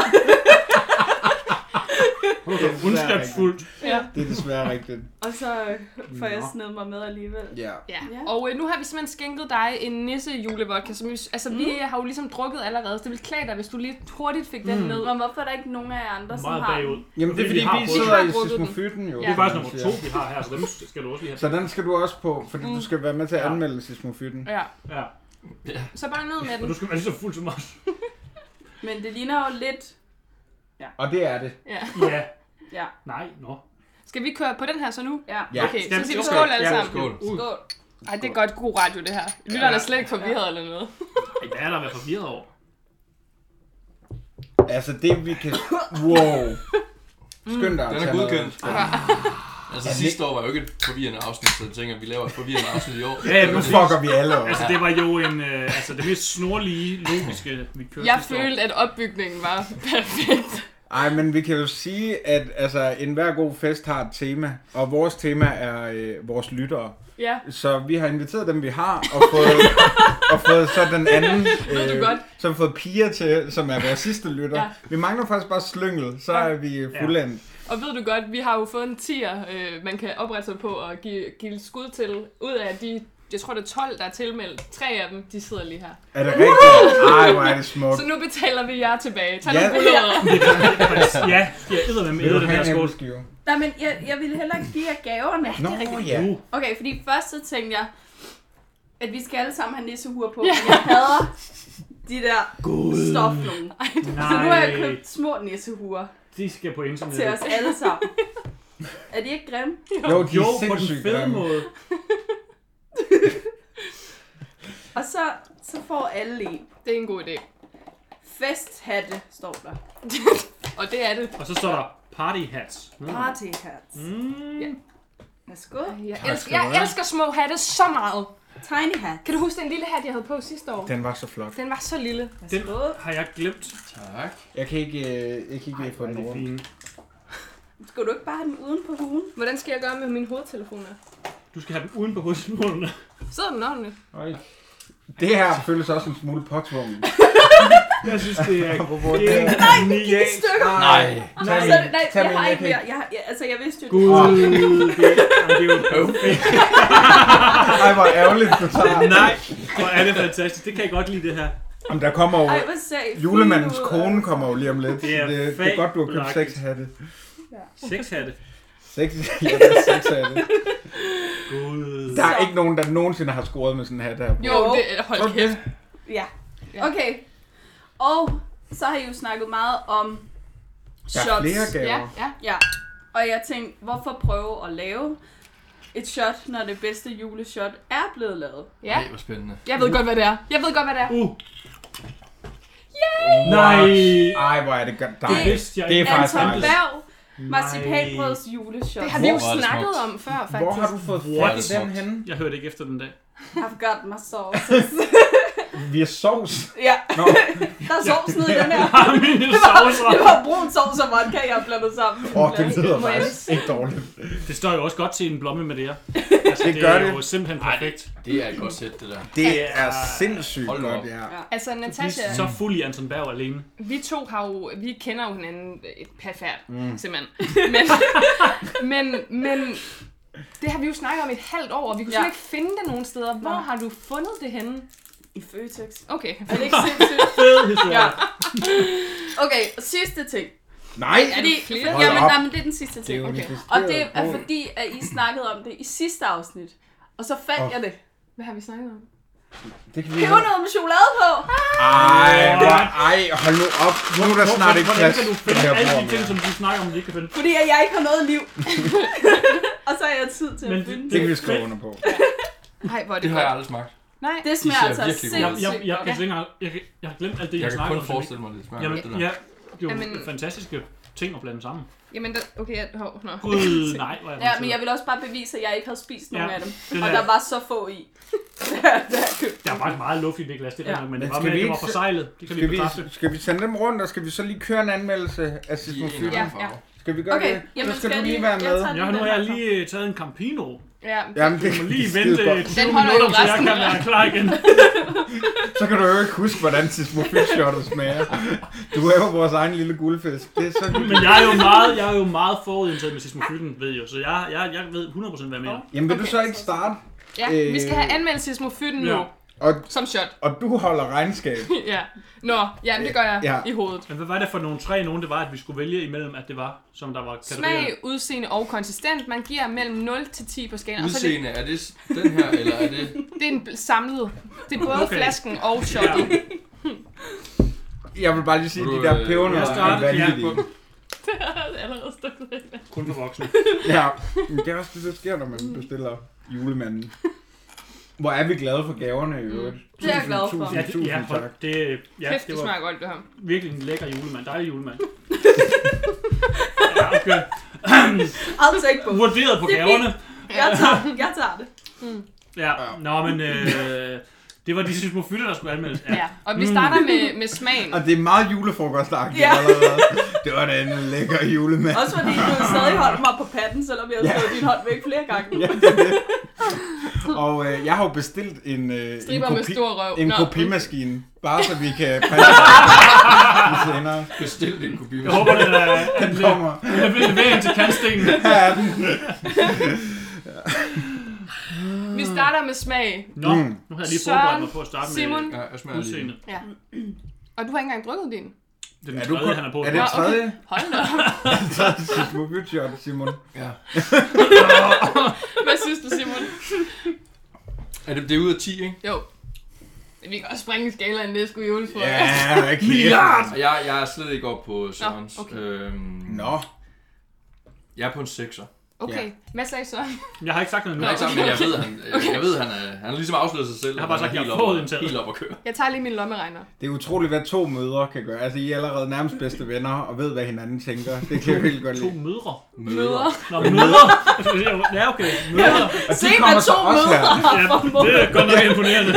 Det er desværre
Ondskabsfuldt.
Ja.
rigtigt. Det er desværre rigtigt.
og så får jeg
Nå.
sned mig med alligevel.
Ja.
Ja.
Ja.
Og øh, nu har vi simpelthen skænket dig en nisse julevodka, som vi, altså mm. vi har jo ligesom drukket allerede, så det ville klæde dig, hvis du lige hurtigt fik den ned.
Men hvorfor er der ikke nogen af jer andre, som
Meget
har
bagud.
Jamen, det er fordi,
har
vi
prøvet
sidder
det.
i
Vi har drukket den.
sismofyten jo.
Det er
Det er faktisk nummer
som man
to,
siger.
vi har her, så dem skal du også lige have.
Så den skal du også på, fordi
Mm.
du skal være med til at
Ja.
anmelde sismofyten.
Ja.
Ja.
Så bare ned med
Og
den.
du skal være lige så fuld som os.
Men det ligner jo lidt...
Og det er det.
Ja.
Ja.
Ja.
Nej, nå.
Skal vi køre på den her så nu?
Ja.
Ja.
Okay, så
Jamen,
siger vi
skål.
skål alle
Ja,
sammen.
Skål.
Uh,
Skål.
Ej, det er godt god radio det her. Lytterne er slet ikke forvirret eller noget.
hvad er der at være forvirret over?
Altså, det vi kan... Wow. Skynd dig at
Mm. Den er
tage noget.
godkendt. Altså sidste år var jo ikke et forvirrende afsnit, så jeg tænker, at vi laver et forvirrende afsnit i år.
Ja, ja,
Nu
præcis.
fucker vi alle op.
Altså, det var jo en, øh, altså, det mest snorlige, logiske, vi kørte
Jeg
sidste år.
følte, at opbygningen var perfekt.
Ej, men vi kan jo sige, at altså, enhver god fest har et tema, og vores tema er øh, vores lyttere.
Ja,
Så vi har inviteret dem, vi har, og fået, og fået så den anden, øh,
du godt.
så har vi fået piger til, som er vores sidste lytter.
Ja.
Ja. Vi mangler faktisk bare slyngel, så er vi fuldendt.
og ved du godt, vi har jo fået en tier, øh, man kan oprette sig på og give, give skud til. Ud af de, jeg tror det er 12, der er tilmeldt. Tre af dem, de sidder lige her.
Er det rigtigt? Ej, hvor er det smukt.
Så nu betaler vi jer tilbage. Tag
Ja.
nogle gulerødder.
Ja, jeg æder med
Vil du
den her
have en
skål.
æbleskive?
Nej, men jeg, jeg ville hellere give jer gaverne.
Nå, ja.
Uh,
Okay, fordi først så tænkte jeg, at vi skal alle sammen have nissehuer på. Ja. Jeg hader de der stof nogen. Så nu har jeg
nej.
købt små nissehuer
De skal på
til
internettet.
os alle sammen. Er de ikke grimme?
Jo, de
Jo,
er
på den
sindssygt
fede
grimme.
måde.
Og så, så får alle en.
Det er en god idé.
Festhatte, står der.
og det er det.
Og så står der party hats. Mm.
Partyhats.
Mm.
Værsgo.
Jeg
Tak
elsker,
skal du
jeg
have.
elsker små hatte så meget.
Tiny hat.
Kan du huske den lille hat, jeg havde på sidste år?
Den var så flot.
Den var så lille.
Den
Værsgo.
har jeg glemt.
Tak.
Jeg kan ikke, øh, jeg kan ikke lige få den
Det er
over.
fint.
Skal du ikke bare have den uden på hugen?
Hvordan skal jeg gøre med mine hovedtelefoner?
Du skal have dem uden på hovedsnurrene.
Sidder den ordentligt?
Oj. Det her føles også en smule påtvunget.
Jeg synes, det er
Apropos det her.
genialt.
Stykker.
Nej.
Nej,
Tag
så,
min-
nej,
tag
jeg
min,
har ikke
kan
mere. Jeg, har, jeg, altså, jeg vidste jo det.
Gud, det, jamen, det er jo perfekt.
Ej, hvor ærgerligt, du tager. den.
Nej, hvor er det fantastisk. Det kan jeg godt lide, det her.
Jamen, der kommer jo...
Ej, hvor sagde
Julemandens kone kommer jo lige om lidt.
Det er
så det, det er godt, du har købt
fabelagtigt.
seks hatte.
Seks hatte.
Seks, ja, der er seks hatte.
Gud.
Der er
Så.
ikke nogen, der nogensinde har scoret med sådan en hat her.
Jo,
Jo.
det, hold
Tror du
kæft.
det?
Ja.
Ja.
Okay. Og så har I jo snakket meget om
Der
shots.
er flere
Ja,
gaver.
ja.
Ja. Og jeg tænkte, hvorfor prøve at lave et shot, når det bedste juleshot er blevet lavet?
ja.
Ej, hvor spændende.
Jeg ved godt, hvad det er. Jeg ved godt, hvad det er.
Uh. Nej.
Ej, hvor er det godt.
Det
dejligt.
vidste jeg
Det er
ikke.
faktisk
Anton
dejligt.
Berg,
Nej.
marcipanbrøds juleshot.
Det har vi jo
Hvor var det
snakket
smukt.
om før, faktisk.
Hvor har du fået
Hvor
er
fat
det
i den
smukt.
henne?
Jeg hørte ikke efter den dag.
I've got my sauces.
Vi er sovs.
ja,
Nå,
der er sovs nede i den her.
Ah, mine saucer.
Det var brun sovs og vodka, jeg har blandet sammen.
åh, det lyder
Må jeg lige
faktisk ikke dårligt.
Det står jo også godt til en blomme med det her. Altså,
Det
det,
gør
er
det.
jo simpelthen perfekt.
Det er et godt sæt, det der.
Det
Det
er
er-
sindssygt
Hold nu
godt,
op.
ja.
Ja.
Altså, Natasha,
Så fuld i Anton Berg alene.
vi to har jo, vi kender jo hinanden et perfekt, mm. simpelthen. Men, men, men, det har vi jo snakket om i et halvt år, og vi kunne
Ja.
slet ikke finde det nogen steder. Hvor har du fundet det henne?
I Føtex.
Okay.
Er det ikke sindssygt?
Fed historie.
Ja. Okay, sidste ting.
Nej,
Er
Fordi,
det flere?
Hold
jamen,
op.
nej, men det er den sidste
det er
ting.
jo
Okay.
okay.
Og det er fordi, at I snakkede om det i sidste afsnit. Og så fandt
Åh.
jeg det.
Hvad har vi snakket om?
Det kan vi
Det var
ikke.
noget med chokolade på.
Ej, hvor- ej, hold nu op. Nu er der snart ikke
Hvordan
plads
kan du
på det
finde
her
alle
bord
de ting,
mere.
som du snakker om, vi ikke kan finde?
Fordi at jeg ikke har noget liv. og så har jeg tid til
Men
at finde
Det
det.
kan vi skrive under på.
Nej, hvor er det,
Det har
godt.
jeg aldrig smagt.
Nej.
Det smager
ser
altså
virkelig gode ud.
Jeg, jeg,
sindssygt
jeg,
godt.
jeg, jeg, jeg, jeg har glemt alt det, jeg,
Jeg kan
snakker
kun
om.
forestille mig, at det smager
Jamen,
godt, det der.
ja, det er jo
Jamen-
fantastisk. jo. ting og blande dem sammen.
Jamen, der, okay, jeg, hov, nå.
Gud, nej, hvor er
Ja, men jeg vil også bare bevise, at jeg ikke havde spist nogen
Ja,
af dem.
det
Og
der-
der var så få i, da jeg købte
Der var et meget luft i det glas, det
Ja.
ja. men det
Men
var
skal
med, at
vi
det var
ikke-
forsejlet. Det kan vi
Skal vi,
bekræfte.
skal vi sende dem rundt, og skal vi så lige køre en anmeldelse af
I en
Sismofyl?
eller
Ja,
anden farve.
Skal vi gøre
Okay,
det?
jamen
så
skal
skal, du
jeg
lige
lige-
være
jeg
med.
tager-
Jeg har nu har jeg lige øh, taget en Campino.
Ja,
Jamen, det
Du
kan
må lige vente
skide godt.
20
Den holder jo
minutter, til jeg
resten
kan
af-
være klar igen.
Så kan du jo ikke huske, hvordan Sismofyl-shotet smager. Du er jo vores egen lille guldfisk. Det er så
Men jeg er jo meget, jeg er jo meget forudindtaget med sismofytten, ved I jo. Så jeg, jeg, jeg ved 100% hvad jeg mener.
Jamen vil du
Okay,
så ikke starte?
ja vi skal have anmeldt seismofytten nu.
Ja.
øh, Og,
Som shot.
og du holder regnskab.
ja. Nå, ja, men det gør jeg
Ja.
i hovedet.
Men hvad var det for nogle tre nogen, det var, at vi skulle vælge imellem, at det var, som der var kategorier?
Smag, udseende og konsistent. Man giver mellem 0 til 10 på skalaen. Og så er det,
Udseende, er det s- den her, eller er det...
det er en bl- samlet. Det er både
Okay.
okay. flasken og
Ja.
shotten.
Jeg vil bare lige sige,
Vil
at
du,
de der
øh,
pebernødder
jeg starter?
er vanvittige.
Ja.
Ja. Allerede stukket af.
Kun for voksne.
Ja, men det er også det, der sker, når man bestiller julemanden. Hvor er vi glade for gaverne i øvrigt.
Det er jeg glad for.
Tusind,
Ja,
tusind,
det, ja,
tusind
hold,
tak.
det, ja,
Kæft,
det
det
var
smager godt, det her.
virkelig en lækker julemand. Dejlig julemand. Ja, okay.
I'll take both.
Vurderet på
Det er
gaverne.
Jeg tager, den, jeg tager det.
Ja, nå, men øh, det var de sismofytter, der skulle anmeldes.
Ja. Og vi starter med, med smagen.
Og det er meget julefrokostagtigt
Ja.
allerede. Det var da en lækker julemand.
Også fordi du stadig holdt mig på patten, selvom jeg havde slået din hånd væk flere gange.
Ja, det er det. Og øh, jeg har jo bestilt en, øh, en,
Striber med
kopi,
stor røv.
en
Nå.
kopimaskine, bare så vi kan passe den senere.
Bestil din kopi.
Jeg håber, det er en
Den kommer.
lille vægen til kantstenen.
Her er den.
Vi starter med smag.
Nå,
Mm.
nu havde jeg lige
Søren,
forberedt mig på at starte
Simon.
med
Ja, jeg smager lige.
udseende.
Ja. Og du har ikke engang drukket din.
Det er den
Er du
tredje,
kun-
han er på.
Er det
Nå, okay.
tredje?
Hold da. op.
Så er det sit mobiljob, Simon.
Ja.
Hvad synes du, Simon?
Er det, det er ud af 10, ikke?
Jo. Vi kan også springe skalaen, det skulle jules for.
Ja, hvad kæft. Milliard!
Og Jeg, jeg er slet ikke oppe på Sørens.
okay.
Øhm,
Nå,
Jeg er på en 6'er.
Okay, hvad sagde så?
Jeg har ikke sagt noget nu.
Jeg, er ikke sammen, men jeg ved, han, okay. jeg ved, han er, han har ligesom afsløret sig selv.
Jeg har bare
Han er
sagt, jeg
helt
har
oppe-
fået en selv.
Helt op at køre.
Jeg tager lige min lommeregner.
det er utroligt, hvad to mødre kan gøre. Altså, I er allerede nærmest bedste venner og ved, hvad hinanden tænker. Det kan jeg helt godt
To
lide.
mødre.
Møder.
Nå, mødre. Jeg skulle sige, Ja, okay. Mødre.
Og
Se, hvad to mødre har
Ja,
formået.
det er godt nok imponerende.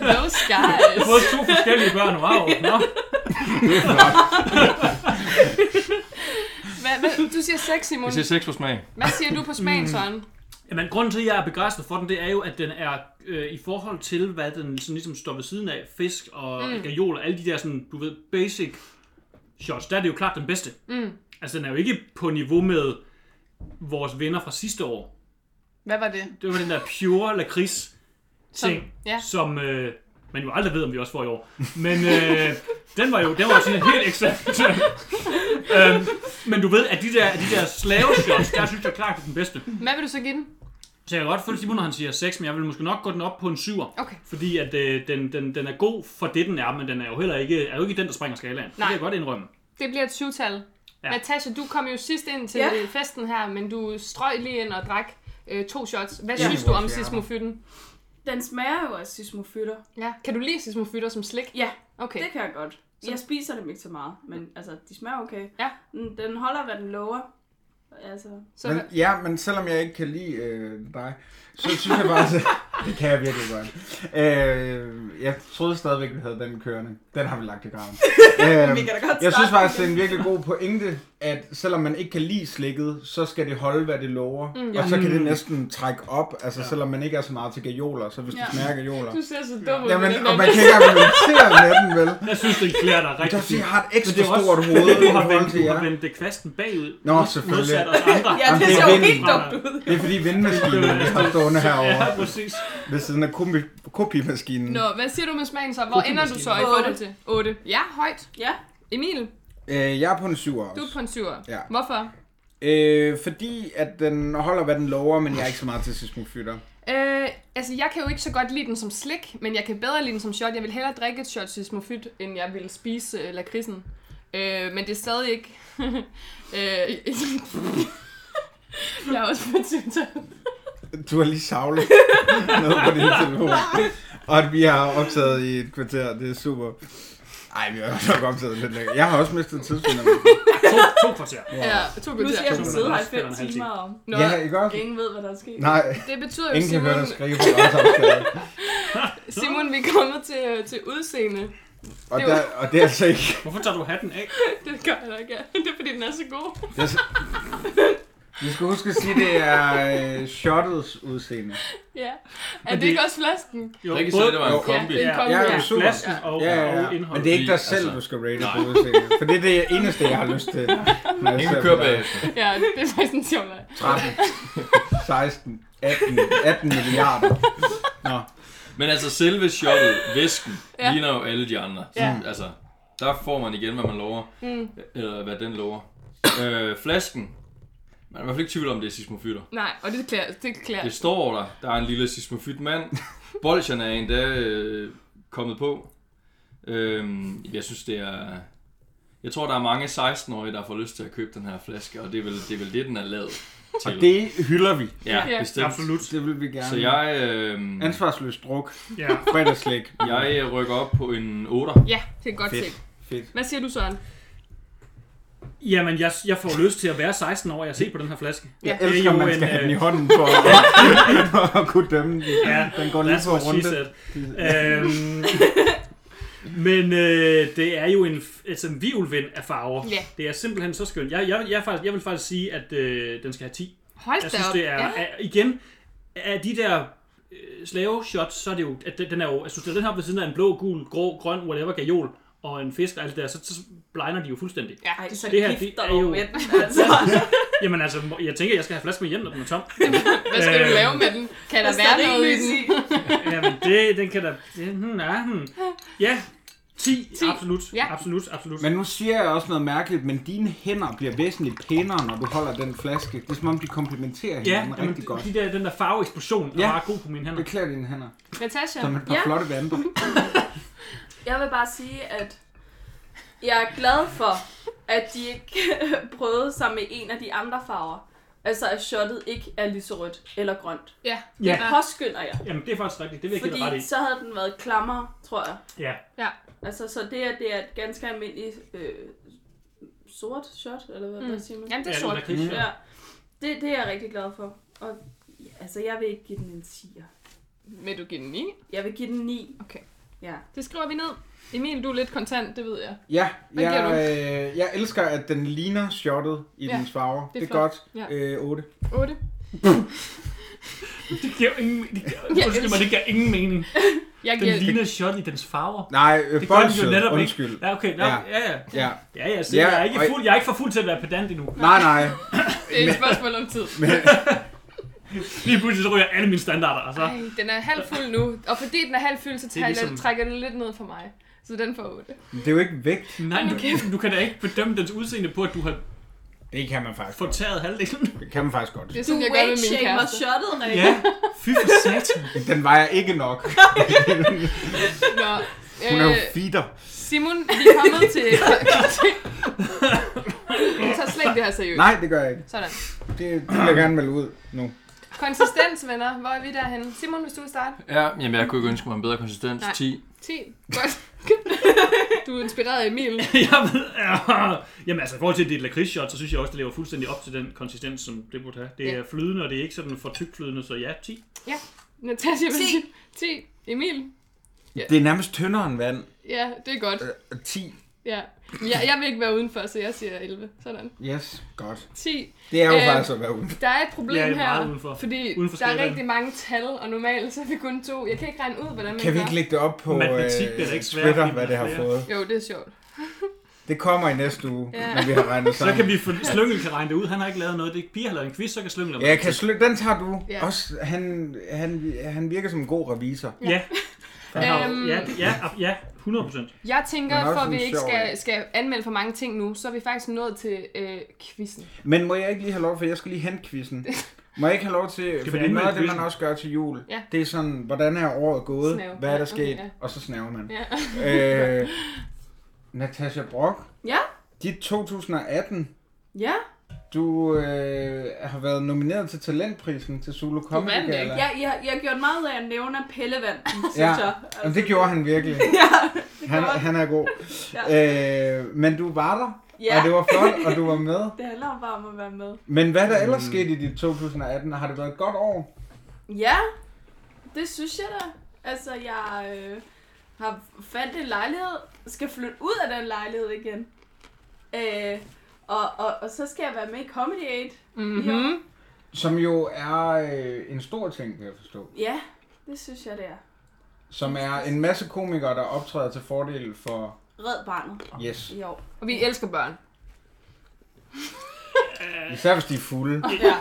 No skies.
Både to forskellige børn. Wow. Nå.
Hvad, hvad, du siger 6, Simon.
Jeg siger 6 på smag.
Hvad siger du på smagen, Søren?
Jamen, grunden til, at jeg er begejstret for den, det er jo, at den er øh, i forhold til, hvad den sådan ligesom står ved siden af, fisk og mm. gajol og alle de der sådan, du ved, basic shots, der er det jo klart den bedste. Mm. Altså, den er jo ikke på niveau med vores venner fra sidste år.
Hvad var det?
Det var den der pure lakrids ting, som,
ja.
som øh, man jo aldrig ved, om vi også får i år. Men øh, den var jo den var jo sådan helt ekstraordinær. øhm, men du ved, at de der, de der slaveshots, der synes jeg klart, det er den bedste.
Hvad vil du så give den?
Så jeg kan godt følge Simon, når han siger 6, men jeg vil måske nok gå den op på en 7'er.
Okay.
Fordi at øh, den, den, den er god for det, den er, men den er jo heller ikke, er jo ikke den, der springer skalaen. Det
Nej.
kan jeg godt indrømme.
Det bliver et syvtal.
Ja.
Ja. Natasha, du kom jo sidst ind til
Ja.
ja. festen her, men du strøg lige ind og drak øh, to shots. Hvad
Ja.
synes du om
Ja.
sismofytten?
Den smager jo af sismofytter.
Ja. Kan du lide sismofytter som slik?
Ja,
Okay.
det kan jeg godt. Jeg spiser dem ikke så meget, men altså, de smager okay.
Ja.
Den, den holder, hvad den lover. Altså,
Så,
Men, ja, men selvom jeg ikke kan lide øh, dig, så synes jeg bare, at det kan jeg virkelig godt. Øh, jeg troede stadigvæk, vi havde den kørende. Den har vi lagt i graven. Øh,
Vi kan da godt
jeg synes
starte
faktisk, det
igen.
er en virkelig god pointe, at selvom man ikke kan lide slikket, så skal det holde, hvad det lover. Mm. Og så kan det næsten trække op, altså ja. selvom man ikke er så meget til gajoler, så hvis ja.
Ja.
du smager gajoler.
du ser så dum ud. med
Jamen,
den
og
der.
man kan ikke argumentere med den, vel?
Jeg synes, den klæder dig
Jeg kan
rigtig
også sige,
fint.
jeg har et
Men
ekstra
det er også-
stort hoved i
Du har
forhold
vendt,
til
du har
jer.
vendt det kvasten bagud.
Nå, selvfølgelig.
Modsat os andre.
ja, det
det er
ser jo
vinden.
helt dumt ud.
Det er fordi vindmaskinen vi har stående herovre
Ja, præcis.
ved siden af kopi- kopimaskinen.
Nå, hvad siger du med smagen så? Hvor ender du så i forhold til? 8. Ja, højt.
Ja,
Emil,
Øh, jeg er på en 7 også.
du er på en 7'er.
Ja.
Hvorfor?
Øh, fordi at den holder, hvad den lover, men jeg er ikke så meget til sismofytter.
Øh, altså, jeg kan jo ikke så godt lide den som slik, men jeg kan bedre lide den som shot. Jeg vil hellere drikke et shot sismofyt, end jeg vil spise øh, lakridsen. Øh, men det er stadig ikke... øh, jeg er også på Twitter.
Du har lige savlet noget på din telefon. Og at vi har optaget i et kvarter, det er super. Ej, vi har nok optaget lidt længere. Jeg har også mistet tidsfinder.
To, to kvarter.
Ja, to
Nu
kvarter.
skal jeg sidde her i
Spiller
fem
en halv time.
timer, og
Nå,
ja, ikke også?
ingen ved, hvad der er sket.
Nej,
det betyder jo,
ingen kan høre dig skrive
Simon,
på optaget.
Simon, vi er kommet til, til udseende.
Og,
Det var-
der, og det er altså ikke...
Hvorfor tager du hatten af?
Det gør jeg da ikke. Det er, fordi den er så god.
Det er så... Vi skal huske at sige, det er øh, shottets udseende.
Ja. Er
Men
det ikke
det-
også flasken?
Jo,
Rikke sagde, det var en
Jo.
kombi.
Ja, det er en kombi.
Ja,
Ja,
det er super.
Flasken og,
Ja, ja,
og
ja.
indholdet.
Men det er ikke dig
Fordi,
selv,
altså-
du skal rate
Nej.
på udseende. For det er det eneste, jeg har lyst til. når jeg
Altså,
Ingen
ser
kører
på dig.
bagefter.
ja det er faktisk en sjov leg.
13, 16, 18, 18 milliarder. Nå,
Men altså selve shotet, væsken,
Ja.
ja. ligner jo alle de andre.
Ja.
Ja. Altså, der får man igen, hvad man lover.
Mm.
Eller hvad den lover. øh, flasken. Man er i hvert fald ikke i tvivl om, det er sismofytter.
Nej, og det klæder. Det klæder.
Det står der. Der er en lille sismofyt mand. Bolsjen er endda øh, kommet på. Øhm, jeg synes, det er... Jeg tror, der er mange 16-årige, der får lyst til at købe den her flaske, og det er vel det, er vel det den er lavet til.
og det hylder vi.
ja,
Ja.
bestemt.
Absolut.
Det vil vi gerne.
Så jeg, øh,
Ansvarsløs druk.
Ja.
Fredagslæg.
jeg rykker op på en 8'er.
Ja, det er godt
Fedt.
set.
Fedt.
Hvad siger du, Søren?
Jamen, jeg, jeg får lyst til at være 16 år, jeg ser på den her flaske.
Jeg
Det er
elsker,
jo
at man skal
en,
have den
øh,
i hånden for at, for at kunne dømme den.
Ja,
Den går lige
That's
på
what she
runde.
said. Øhm, men øh, det er jo en, f- altså, en virvelvind af farver.
Ja.
Det er simpelthen så skønt. Jeg, jeg, jeg, faktisk, jeg vil faktisk sige, at øh, den skal have 10.
Hold
Jeg
da
synes,
op.
det er...
Ja.
Er, igen, af de der øh, slave-shots, så er det jo... At den, den er jo jeg synes, det er den her ved siden af en blå, gul, grå, grøn, whatever, gajol og en fisk og alt det der, så, så blegner de jo fuldstændig.
Ja,
Ej,
det
så
det her,
her,
det
gifter
er
du
jo-
med den, altså.
Jamen altså, må- jeg tænker, jeg skal have flasken med hjem, når den er tom.
Hvad skal du
Øh.
lave med den? Kan der
Der
være
er ikke
noget i
lys
den?
i.
Jamen, det, den kan da... Det, hmm, ja, hmm. ja, 10, 10. Absolut,
Ja.
ja. absolut, absolut.
Men nu siger jeg også noget mærkeligt, men dine hænder bliver væsentligt pænere, når du holder den flaske. Det er som om, de komplementerer
Ja,
hinanden ja,
jamen,
rigtig godt.
de der, den der farveeksplosion er
Ja.
meget god på mine hænder.
Beklæder dine hænder,
Natasha?
som et par
Ja.
flotte vandre.
Jeg vil bare sige, at jeg er glad for, at de ikke prøvede sig med en af de andre farver. Altså, at shottet ikke er lyserødt eller grønt.
Ja.
Ja.
Det påskynder jeg.
Jamen, det er faktisk rigtigt. Det vil jeg give dig ret
Fordi
i.
så havde den været klammer, tror jeg.
Ja.
Altså, så det er, det er et ganske almindeligt øh, sort shot, eller hvad mm. der siger man?
Jamen, det
Ja,
er sort.
er lakrids, ja.
Ja. Det, det er jeg rigtig glad for. Og ja, altså, jeg vil ikke give den en 10'er.
Vil du give den 9?
Jeg vil give den 9.
Okay.
Ja.
Det skriver vi ned. Emil, du er lidt kontant, det ved jeg.
Ja,
Hvad
jeg,
giver du?
øh, jeg elsker, at den ligner shottet i
Ja,
ja, dens farver.
det
Det
er
er, det er godt.
Ja.
Øh, 8.
8.
Det giver ingen... Det giver,
Ja,
undskyld mig,
ellers-
det giver ingen mening.
Jeg
Den
giver...
ligner shot i dens farver.
Nej, øh,
Det gør den jo
bolsjet,
netop
undskyld.
ikke. Ja, okay. Ja,
Ja.
ja. ja.
Ja.
ja, ja, se,
Ja,
jeg, er ikke
og-
fuld, jeg er ikke for fuld til at være pedant endnu.
Nej, nej.
Det er et spørgsmål om tid.
Lige pludselig så ryger alle mine standarder, og så...
Ej, den er halvt fuld nu. Og fordi den er halvt fuld, så
er
trækker, ligesom...
ligesom-
trækker den lidt ned for mig. Så den får 8.
Det er jo ikke vægt.
Nej, du, du kan da ikke bedømme dens udseende på, at du har
Det kan man faktisk godt.
fortæret halvdelen.
Det kan man faktisk godt.
Det er
Du
sådan, jeg gør med min
weight-shamer
kæreste.
shottet, Rikke.
Ja, fy for satan.
Den vejer ikke nok.
Nå,
Hun er jo
øh,
feeder.
Simon, vi er kommet til... Du tager slet ikke det her seriøst.
Nej, det gør jeg ikke.
Sådan.
Det, det vil jeg gerne melde ud nu.
Konsistens, venner. Hvor er vi derhen? Simon, hvis du vil starte.
Ja, jamen jeg kunne ikke ønske mig en bedre konsistens.
Nej.
10.
10. Godt. Du er inspireret af Emil.
Jeg ved, ja. Jamen altså, i forhold til dit lakridsshot, så synes jeg også, det lever fuldstændig op til den konsistens, som det burde have. Det
Ja.
er flydende, og det er ikke sådan for tykt flydende, så ja, 10.
Natasha, vil
10.
10. Emil.
Det er nærmest tyndere end vand.
Ja, det er godt.
Øh, 10.
Ja. Men Jeg, jeg vil ikke være udenfor, så jeg siger 11. Sådan.
Yes, godt.
10.
Det er jo
Øh,
faktisk at være ude.
Der er et problem
Ja, det er meget
her,
udenfor.
fordi
Udenfor
der er
skalaen.
rigtig mange tal, og normalt så er vi kun to. Jeg kan ikke regne ud, hvordan man
Kan vi
gør.
ikke lægge det op på øh,
Matematik bliver da ikke svært, fordi
Twitter,
man
hvad
er
det har
flere.
fået?
Jo, det er sjovt.
Det kommer i næste uge,
Ja.
når vi har regnet
Så
sammen.
kan vi få Slyngel kan regne det ud. Han har ikke lavet noget. Det er Pia har lavet en quiz, så kan Slyngel
Ja, kan slu- den tager du.
Ja.
Ja. Også, han, han, han virker som en god revisor.
Ja. Ja,
Øhm.
ja, ja, ja, 100 procent.
Jeg tænker,
Men også
for at vi
en
ikke
sjov
skal,
en.
skal anmelde for mange ting nu, så er vi faktisk nået til øh, quizzen.
Men må jeg ikke lige have lov, for jeg skal lige hente quizzen. Må jeg ikke have lov til,
vi
fordi
anmelde
noget af det, man
quizzen?
også gør til jul,
Ja.
det er sådan, hvordan er året gået,
Snæv.
hvad er der
Ja, okay,
sket,
ja.
og så snæver man.
Ja.
Øh, Natasha Brock,
Ja,
dit 2018,
ja.
du øh, har været nomineret til talentprisen til Zulu Comedy
vandt ikke.
Gala.
Jeg, jeg, jeg gjorde meget ud af at nævne Pellevand, synes
Ja.
jeg.
Jamen, det gjorde han virkelig.
det
Han,
godt.
han er god.
Ja.
Øh, men du var der,
Ja,
og det var flot, og du var med.
det handler bare om at være med.
Men hvad der ellers skete i dit 2018? Har det været et godt år?
Ja, det synes jeg da. Altså, jeg øh, har fandt en lejlighed, skal flytte ud af den lejlighed igen. Øh, og, og, og så skal jeg være med i Comedy 8.
Mm-hmm.
Som jo er øh, en stor ting, kan jeg forstå.
Ja, det synes jeg, det er.
Som er en masse komikere, der optræder til fordel for...
Red barnet
Yes.
i år.
Og vi elsker børn.
Især hvis de er fulde.
Ja,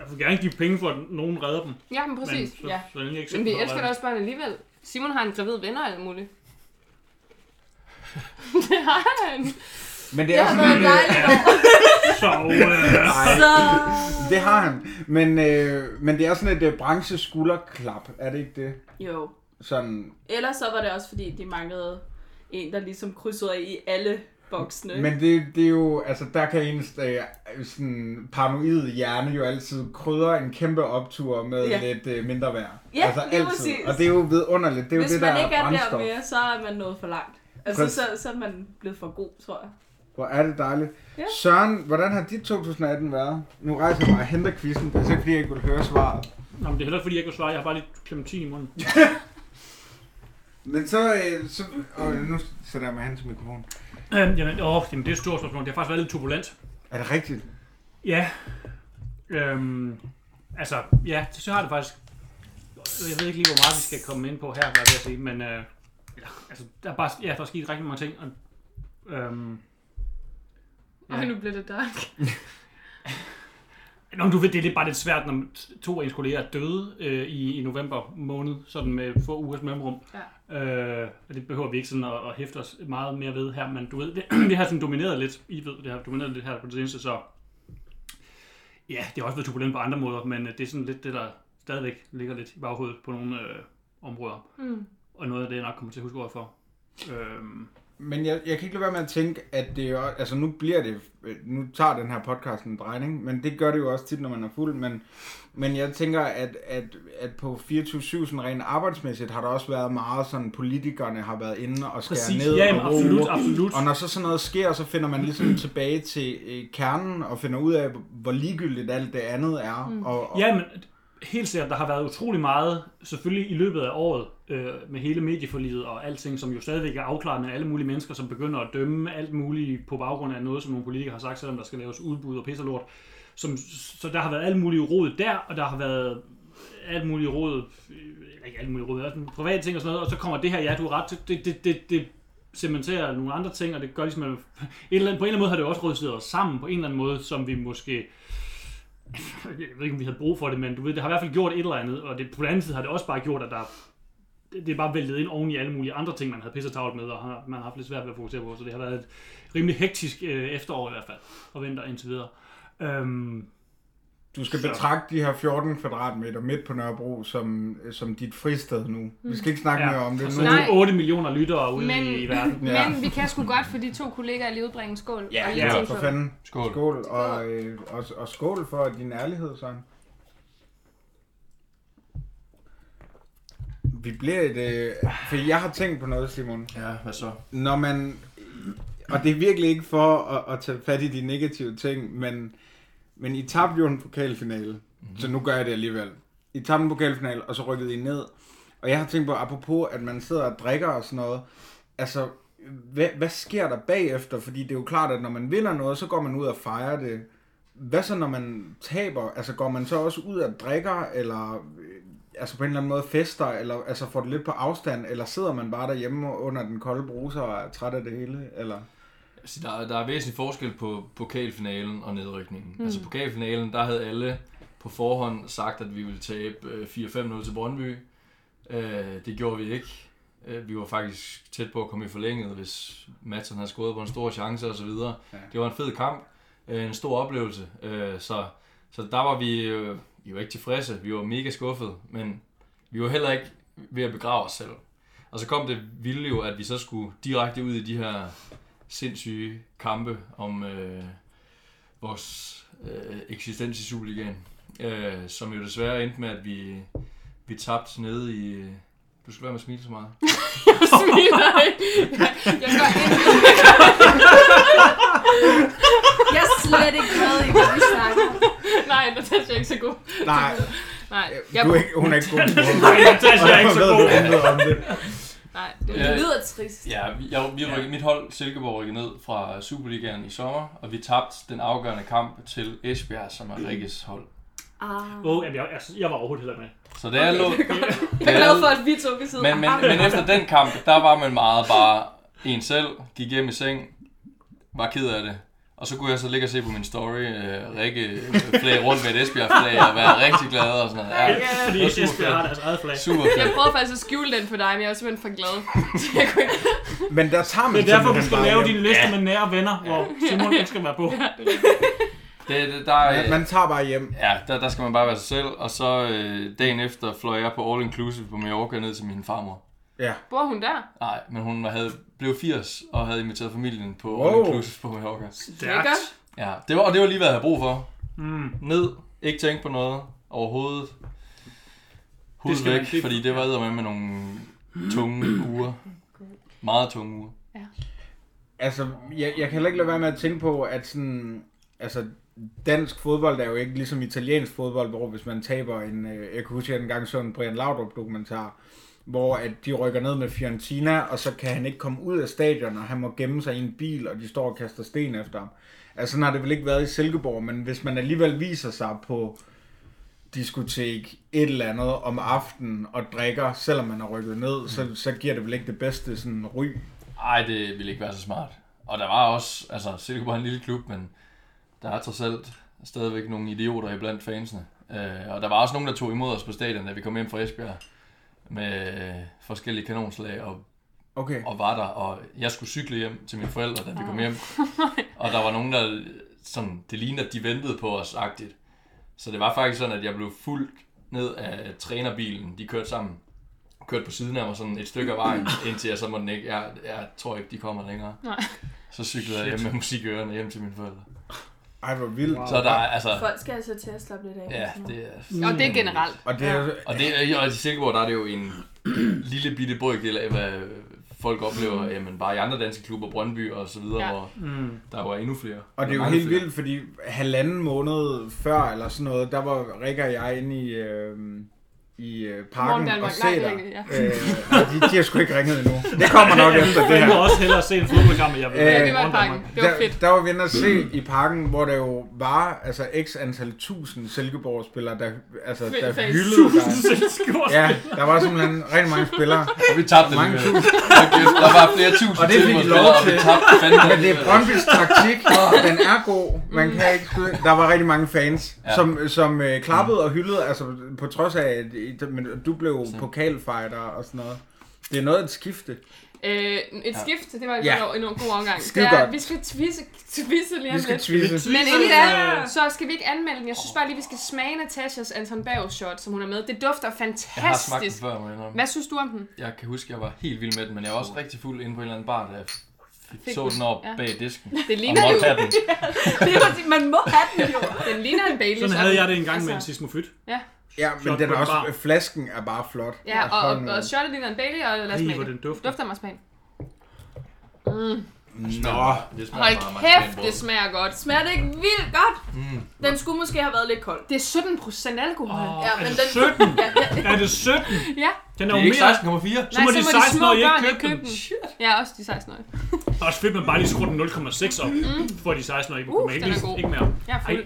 Altså, jeg vil gerne give penge for, at nogen redder dem.
Ja, men præcis.
Men, så,
ja.
så længe jeg ikke
Men
selv
vi
får
elsker da
reddet
også børn alligevel. Simon har en gravid venner og alt muligt. det har han.
Men det
det
er
har været
sådan,
dejligt år.
dem. Så, øh,
Så...
det har han. Men, øh, men det er sådan et øh, brancheskulderklap, er det ikke det?
Jo,
Sådan,
ellers så var det også, fordi de manglede en, der ligesom krydsede i alle boksene.
men det, det er jo, altså der kan ens øh, sådan paranoid hjerne jo altid krydre en kæmpe optur med
Ja.
ja. lidt øh, mindre værd.
Ja,
altså
lige præcis.
Og det er jo vidunderligt, det er jo
Hvis
det, der
man ikke
er
er der
brændstof.
mere, så er man nået for langt. Altså,
Præcis.
så, så er man blevet for god, tror jeg.
Hvor er det dejligt.
Ja.
Ja. Søren, hvordan har dit 2018 været? Nu rejser jeg mig og henter quizzen, det er ikke fordi, jeg ikke vil høre svaret.
Nå, men det er heller ikke, fordi jeg ikke vil svare. Jeg har bare lidt klementin i munden.
Men så, øh, så og nu sætter jeg mig hen til mikrofonen.
Øhm, jamen, åh, jamen, det er et stort spørgsmål. Det har faktisk været lidt turbulent.
Er det rigtigt?
Ja. Øhm, altså, ja, det, så har det faktisk... Jeg ved ikke lige, hvor meget vi skal komme ind på her, hvad jeg vil sige, men... Øh, ja, altså, der er bare, ja, der er sket rigtig mange ting, og... Øhm, Ja.
Ej, nu bliver det dark.
Nå, men du ved, det er lidt, bare lidt svært, når to af ens kolleger er døde øh, i, i november måned, sådan med få ugers mellemrum. Ja. Øh, og det behøver vi ikke sådan at, at hæfte os meget mere ved her, men du ved, det, det har sådan domineret lidt, I ved, det har domineret lidt her på det seneste, så ja, det har også været turbulent på andre måder, men øh, det er sådan lidt det, der stadigvæk ligger lidt i baghovedet på nogle øh, områder.
Mm.
Og noget af det, jeg nok kommer til at huske ordet for. Øh,
Men jeg, jeg kan ikke lade være med at tænke, at det er jo, altså nu bliver det, øh, nu tager den her podcast en drejning, men det gør det jo også tit, når man er fuld, men, men jeg tænker, at, at, at på 24-7, sådan rent arbejdsmæssigt, har der også været meget sådan, politikerne har været inde og skærer
præcis,
ned
ja, jamen,
og roer.
absolut, absolut.
Og når så sådan noget sker, så finder man ligesom tilbage til øh, kernen og finder ud af, hvor ligegyldigt alt det andet er. Mm. Og, og,
Ja, men helt sikkert, der har været utrolig meget, selvfølgelig i løbet af året, øh, med hele medieforliget og alting, som jo stadigvæk er afklaret med alle mulige mennesker, som begynder at dømme alt muligt på baggrund af noget, som nogle politikere har sagt, selvom der skal laves udbud og pisserlort. Som, så der har været alt muligt rod der, og der har været alt muligt råd, eller ikke alt muligt råd, sådan private ting og sådan noget, og så kommer det her, ja, du har ret, til, det, det, det, det cementerer nogle andre ting, og det gør ligesom, at et eller andet, på en eller anden måde har det jo også rystet os sammen på en eller anden måde, som vi måske, jeg ved ikke, om vi havde brug for det, men du ved, det har i hvert fald gjort et eller andet, og det, på den anden side har det også bare gjort, at der det det er bare væltet ind oven i alle mulige andre ting, man havde pisset travlt med, og har, man har haft lidt svært ved at fokusere på, så det har været et rimelig hektisk øh, efterår i hvert fald, og vinter indtil videre. Øhm,
Du skal betragte de her 14 kvadratmeter midt på Nørrebro som, som dit fristed nu. Vi skal ikke snakke ja. mere om det
Så
nu.
Nej.
er det 8 millioner lyttere ude
Men,
i verden.
Ja.
men vi kan sgu godt for de to kollegaer i livet bringe skål.
Ja,
og lige
ja
tænke
for
på
fanden.
Skål.
Skål, og, øh, og, og skål for din ærlighed, Søren. Vi bliver et... Øh, for jeg har tænkt på noget, Simon.
Ja, hvad så?
Når man... Og det er virkelig ikke for at, at tage fat i de negative ting, men, men I tabte jo en pokalfinale.
Mhm.
Mm-hmm. Så nu gør jeg det alligevel. I tabte en pokalfinale, og så rykkede I ned. Og jeg har tænkt på, apropos at man sidder og drikker og sådan noget, altså, hvad, hvad sker der bagefter? Fordi det er jo klart, at når man vinder noget, så går man ud og fejrer det. Hvad så, når man taber? Altså, går man så også ud og drikker, eller øh, altså på en eller anden måde fester, eller altså får det lidt på afstand, eller sidder man bare derhjemme under den kolde bruser og er træt af det hele? Eller?
Altså, der, er- der er væsentlig forskel på pokalfinalen og nedrykningen. Mm. Altså pokalfinalen, der havde alle på forhånd sagt, at vi ville tabe øh, 4-5-0 til Brøndby. Øh, det gjorde vi ikke. Øh, vi var faktisk tæt på at komme i forlænget, hvis Madsen havde scoret på en stor chance osv.
Ja.
Ja. Det var en fed kamp, øh, en stor oplevelse. Øh, så, så der var vi øh, jo ikke tilfredse. Vi var mega skuffede, men vi var heller ikke ved at begrave os selv. Og så kom det vilde jo, at vi så skulle direkte ud i de her sindssyge kampe om øh, vores øh, eksistens i Superligaen, øh, som jo desværre endte med, at vi, vi tabte nede i, Du skal være med at smile så meget.
Jeg smiler ikke. Jeg, jeg går ind.
Jeg er slet ikke med i, hvad vi snakker.
Nej, Natasha er ikke så god.
Nej,
Nej, jeg,
du er ikke, hun er ikke god til det.
Nej, Natasha er ikke så
Ved
god.
du intet om det?
nej, det,
Det lyder trist.
Ja, vi, jeg, vi rykkede, mit hold Silkeborg rykkede ned fra Superligaen i sommer, og vi tabte den afgørende kamp til Esbjerg, som er Rikkes hold.
Ah.
Åh, oh, jeg, jeg, jeg var overhovedet heller med.
Så da jeg lå...
Jeg er glad for, at vi to kan sidde
Men, men, men efter den kamp, der var man meget bare en selv, gik hjem i seng, var ked af det. Og så kunne jeg så ligge og se på min story, øh, Rikke øh, flage rundt med et Esbjerg-flag og være rigtig glad og sådan noget. Ja,
Fordi
det var super
Esbjerg har
fedt.
deres eget flag.
Super
jeg
fedt.
prøvede faktisk at skjule den for dig, men jeg var simpelthen for glad. Så jeg kunne ikke...
Men der tager man
Det er derfor, du
simpelthen
skal
bare
lave
hjem.
din liste med nære venner, hvor Simon ikke skal være på.
Det, det, der, er-
Man, man tager bare hjem.
Ja, der, der skal man bare være sig selv, og så øh, dagen efter fløj jeg på All Inclusive på Mallorca ned til min farmor.
Bor hun der?
Nej, men hun havde, blev 80 og havde inviteret familien på wow.
Wow.
All Inclusive på Mallorca.
Lækker.
Stærkt.
Ja, det var, og det var lige, hvad jeg havde brug for.
Mm.
Ned, ikke tænke på noget overhovedet. Hovedet
skal man-
væk,
det-
fordi det var med med nogle tunge uger. Meget tunge uger.
Altså, jeg, jeg kan heller ikke lade være med at tænke på, at sådan, altså, dansk fodbold er jo ikke ligesom italiensk fodbold, hvor hvis man taber en, øh, jeg kan huske, at jeg engang så en Brian Laudrup dokumentar, hvor at de rykker ned med Fiorentina, og så kan han ikke komme ud af stadion, og han må gemme sig i en bil, og de står og kaster sten efter ham. Altså, sådan har det vel ikke været i Silkeborg, men hvis man alligevel viser sig på diskotek, et eller andet om aftenen, og drikker, selvom man er rykket ned, så, så giver det vel ikke det bedste sådan ry.
Ej, det ville ikke være så smart. Og der var også, altså Silkeborg er en lille klub, men der er trods alt stadigvæk nogle idioter iblandt fansene. Øh, og der var også nogen, der tog imod os på stadion, da vi kom hjem fra Esbjerg med øh, forskellige kanonslag og,
Okay.
og var der. Og jeg skulle cykle hjem til mine forældre, da vi
Ah.
kom hjem. Og der var nogen, der øh, sådan, det lignede, at de ventede på os agtigt. Så det var faktisk sådan, at jeg blev fuldt ned af trænerbilen. De kørte sammen kørte på siden af mig sådan et stykke af vejen, indtil jeg så måtte ikke, jeg, jeg tror ikke, de kommer længere.
Nej.
Så cyklede jeg hjem med musik i ørerne hjem til mine forældre.
Ej, hvor vildt. Wow.
Så der er, altså,
Folk skal altså til at slappe lidt af.
ja, det er...
Og det er generelt.
Og det er,
Og, det, og i Silkeborg, der er det jo en lille bitte brøkdel af, hvad folk oplever,
Mm.
jamen bare i andre danske klubber, Brøndby og så videre,
Ja.
ja. hvor
Mm.
der var endnu flere.
og det er jo
Mange
helt
flere.
vildt, fordi halvanden måned før eller sådan noget, der var Rikke og jeg inde i, øh, i øh,
Morgen
parken
Danmark.
og se
Nej,
dig.
det er ikke-
Øh, nej, de, de har sgu ikke ringet endnu. Det kommer nok efter det
Jeg
her.
må også hellere se en fodboldkamp, end jeg vil
Øh,
Ja,
være
vi
i
var i parken.
Danmark.
Det var fedt.
Der, der var vi inde og se i parken, hvor der jo var altså x antal tusind Silkeborg-spillere, der, altså,
Fedt
der
face.
hyldede dig.
Silkeborg.
Ja, der var simpelthen rigtig mange spillere.
Og vi tabte
Mange
alligevel. Hold kæft, Der var flere tusind
Og det fik
Silkeborg
I lov
spillere, og vi
til.
tabte fandme
Men det er
alligevel.
Brøndbys taktik, den er god. Man kan ikke skyde. Der var rigtig mange fans, ja.
Ja.
som, som øh, klappede og hyldede, altså på trods af, at I- men du blev pokalfighter og sådan noget. Det er noget af et skifte.
Øh, et skift, det var
Ja.
ja. en, en god omgang.
Skide
Det er,
godt.
Vi skal twisse, twisse lige om
Vi skal
lidt.
twisse.
Men inden da, så skal vi ikke anmelde den. Jeg synes bare lige, vi skal smage Natashas Anton Berg shot, som hun har med. Det dufter
Jeg har smagt den
fantastisk.
før, må jeg indrømme.
Hvad synes du om den?
Jeg kan huske, at jeg var helt vild med den, men jeg var også rigtig fuld inde på en eller anden bar, da jeg
Fik
fik så
den.
den op
Ja.
bag disken.
Det
Og
ligner jo,
måtte have den.
Det er fordi, man må have den jo.
den ligner en Baileys.
Sådan havde jeg det engang med en sismofyt.
Ja, men
Flot
den
på
er
en
også,
bar.
flasken er bare flot.
Ja, og, og,
Sådan, øh,
og shotet ligner en Bailey, og lad os
Lige
smage
hvor
det.
den dufter.
Dufter mig smagen.
Nå,
Det smager
Hold
bare marcipanbrød.
kæft, det smager godt.
Smager det ikke vildt godt? Den skulle måske have været lidt kold.
Det er 17 procent alkohol.
Åh,
Ja,
er
men
det
den-
17?
Ja, ja.
Er det 17?
Ja.
Den er
Det er
jo
ikke
mere...
16,4.
Så må de 16 år ikke købe den.
Ja, også de 16 år.
Og så fik man bare lige skruet den 0,6 op, for de 16 år ikke må
Uh,
komme
den er
ikke,
god.
ikke mere.
Jeg er fuld.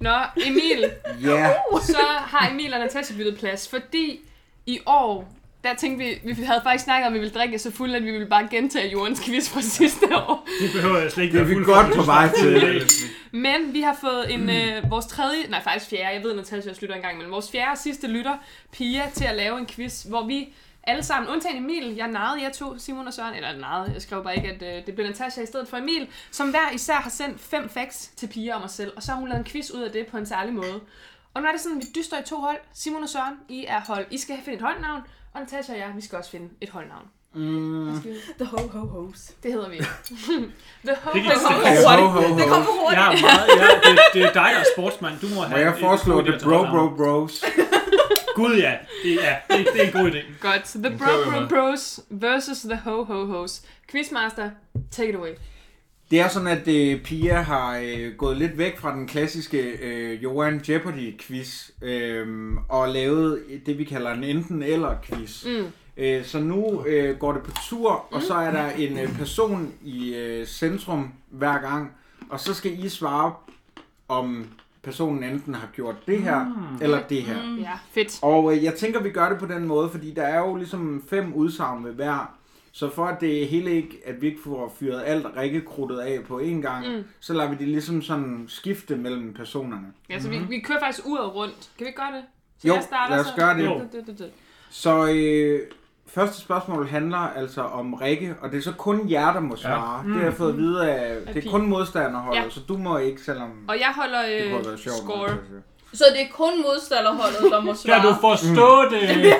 Nå, Emil,
ja.
Uh! så har Emil og Natasha byttet plads, fordi i år, der tænkte vi, vi havde faktisk snakket om, at vi ville drikke så fuld, at vi ville bare gentage Jordens quiz fra sidste år.
Det behøver jeg slet ikke
Det er
være
vi
fuld
godt
for.
på vej til.
Men vi har fået en, øh, vores tredje, nej faktisk fjerde, jeg ved, Natasha også lytter engang, men vores fjerde og sidste lytter, Pia, til at lave en quiz, hvor vi alle sammen, undtagen Emil, jeg narrede jer to, Simon og Søren, eller narrede, jeg skrev bare ikke, at øh, det blev Natasha i stedet for Emil, som hver især har sendt fem facts til Pia og mig selv, og så har hun lavet en quiz ud af det på en særlig måde. Og nu er det sådan, at vi dyster i to hold. Simon og Søren, I er hold. I skal finde et holdnavn, og Natasha og jeg, vi skal også finde et holdnavn.
Mm,
The ho ho hos.
Det hedder vi. The ho,
Det gik
ho, ho.
ja, ho, ho,
Det
ho.
kom for hurtigt.
Ja, meget, ja det, det er dig, der er sportsmand. Du må
Må
have...
jeg
et-
foreslå
et-
det
et-
bro, bro, bros?
Gud ja, det, ja, det, det er en god idé.
Godt. Så The Bro Bro Bros versus The Ho Ho Hos. Quizmaster, take it away.
Det er sådan, at øh, Pia har øh, gået lidt væk fra den klassiske øh, Johan Jeopardy-quiz øh, og lavet det, vi kalder en enten-eller-quiz.
Mm.
Øh, så nu øh, går det på tur, og så er der en øh, person i øh, centrum hver gang, og så skal I svare, om personen enten har gjort det her mm. eller det her. Mm.
Ja, fedt.
Og øh, jeg tænker, vi gør det på den måde, fordi der er jo ligesom fem udsagn ved hver. Så for at det hele ikke, at vi ikke får fyret alt rikkekrudtet af på én gang, mm. så lader vi det ligesom sådan skifte mellem personerne.
Ja, så vi, vi kører faktisk uret rundt. Kan vi ikke gøre det? Så
Mm-hmm. Jo,
jeg starter,
lad os
så-
gøre det.
Du, du, du, du.
Så øh, første spørgsmål handler altså om Rikke, og det er så kun jer, der må svare. Ja. Mm. Det har jeg fået at vide af, det er
Pia.
kun modstanderholdet,
Ja.
ja. så du må ikke, selvom
Og jeg holder
det kunne
øh,
have været sjovt. men
score.
altså-
Så det er kun modstanderholdet, der må
Kan
svare.
du forstå
Mm.
det?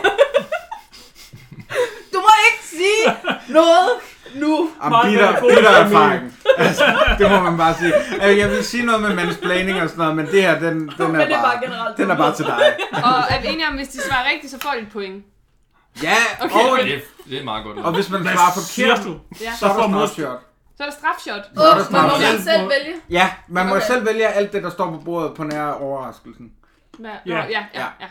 du må ikke sige noget nu.
Om
Meget
bitter,
god
bitter
familie.
erfaring. Altså, det må man bare sige. Øh, Jeg vil sige noget med mansplaining og sådan noget, men det her, den, den
Men
er,
det er bare
bare,
generelt.
den er bare til dig.
Og er vi enige om, hvis de svarer rigtigt, så får de et point.
Ja,
Okay.
og,
Det, det er meget godt.
og hvis man
Hvad
svarer
siger
forkert,
du?
Ja.
så er
får
der
mod-
snapshot.
Så er der strafshot.
Åh,
Så er der
man må
snart
man
selv.
selv vælge.
Ja, man må
Okay.
selv vælge alt det, der står på bordet på nær overraskelsen,
Ja, ja,
Ja.
ja. ja.
Ja.
ja.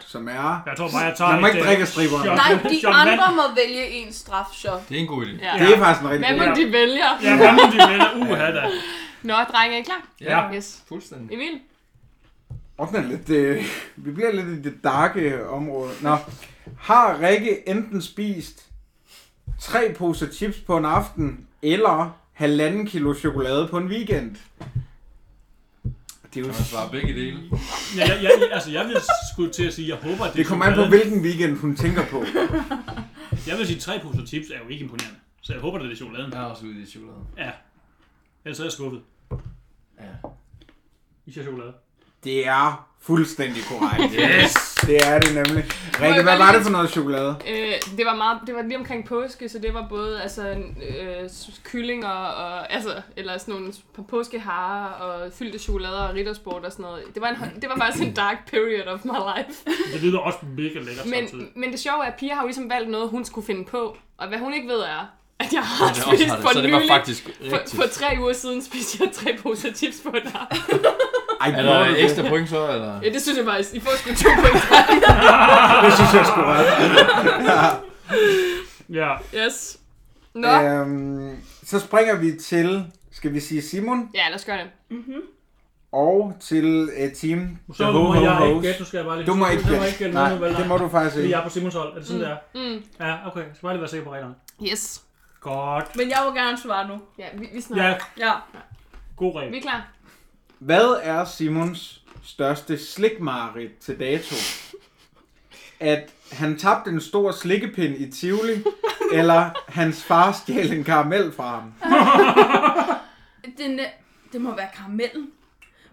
som er...
Jeg tror bare, jeg tager
Man må
et,
ikke
øh,
drikke striberne.
shot.
Nej, de
Shot vand.
andre må vælge en strafshot.
Det er en god idé.
ja.
Det er faktisk en rigtig
Hvad må
god idé.
de vælge?
Ja, hvad må de vælge? Uha da.
Nå, drenge, er I klar?
Ja.
Yes.
Fuldstændig.
Emil?
Åh, den er lidt, øh, vi bliver lidt i det darke område. Nå, har Rikke enten spist tre poser chips på en aften, eller halvanden kilo chokolade på en weekend? Det, er jo,
Man svarer begge dele.
Ja, jeg, jeg, altså, jeg vil skulle til at sige, jeg håber, at det,
det kommer an på, hvilken weekend hun tænker på.
Jeg vil sige, tre poser chips er jo ikke imponerende. Så jeg håber, det er chokoladen.
Jeg er også ude i chokolade.
Ja. Ellers er jeg skuffet.
Ja.
I siger chokolade.
Det er fuldstændig korrekt.
Yes!
Det er det nemlig. Rikke, hvad var det for noget chokolade?
Øh, det var meget, det var lige omkring påske, så det var både altså, øh, s- kyllinger og, altså, eller sådan nogle p- påskeharer og fyldte chokolader og riddersport og sådan noget. Det var, en, det var faktisk en dark period of my life.
Det lyder også mega lækkert samtidig.
Men, men det sjove er, at Pia har jo ligesom valgt noget, hun skulle finde på. Og hvad hun ikke ved er, at jeg har
Jeg også
spist
har det.
for
Så det var
nylig.
faktisk
For,
rigtigt.
for, tre uger siden spiste jeg tre poser chips på en aften.
Ej,
Er der
gjorde du det?
ekstra point så, eller?
Ja, det synes jeg faktisk. I får sgu to point.
Det synes jeg sgu var.
Ja.
Yes. Nå.
Øhm, så springer vi til, skal vi sige Simon,
Ja, lad os gøre det.
og til uh, Team
Så
The
må
Ho Ho
jeg ikke
Hoes.
gætte, nu skal jeg bare lige...
Du må ikke
Jeg
gætte.
gætte.
Nej,
nogen, vel,
det må du faktisk
Fordi
ikke.
jeg er på Simons hold. Er det sådan, det er?
Mm.
Ja, okay. Jeg skal bare lige være sikker på reglerne.
Yes.
Godt.
Men jeg vil gerne svare nu.
Ja, vi, vi
Ja,
snakker.
Ja.
god
Vi
regel.
er klar.
Hvad er Simons største slikmareridt til dato? At han tabte en stor slikkepind i Tivoli, eller hans far stjal en karamel fra ham?
Den, øh, det må være karamellen.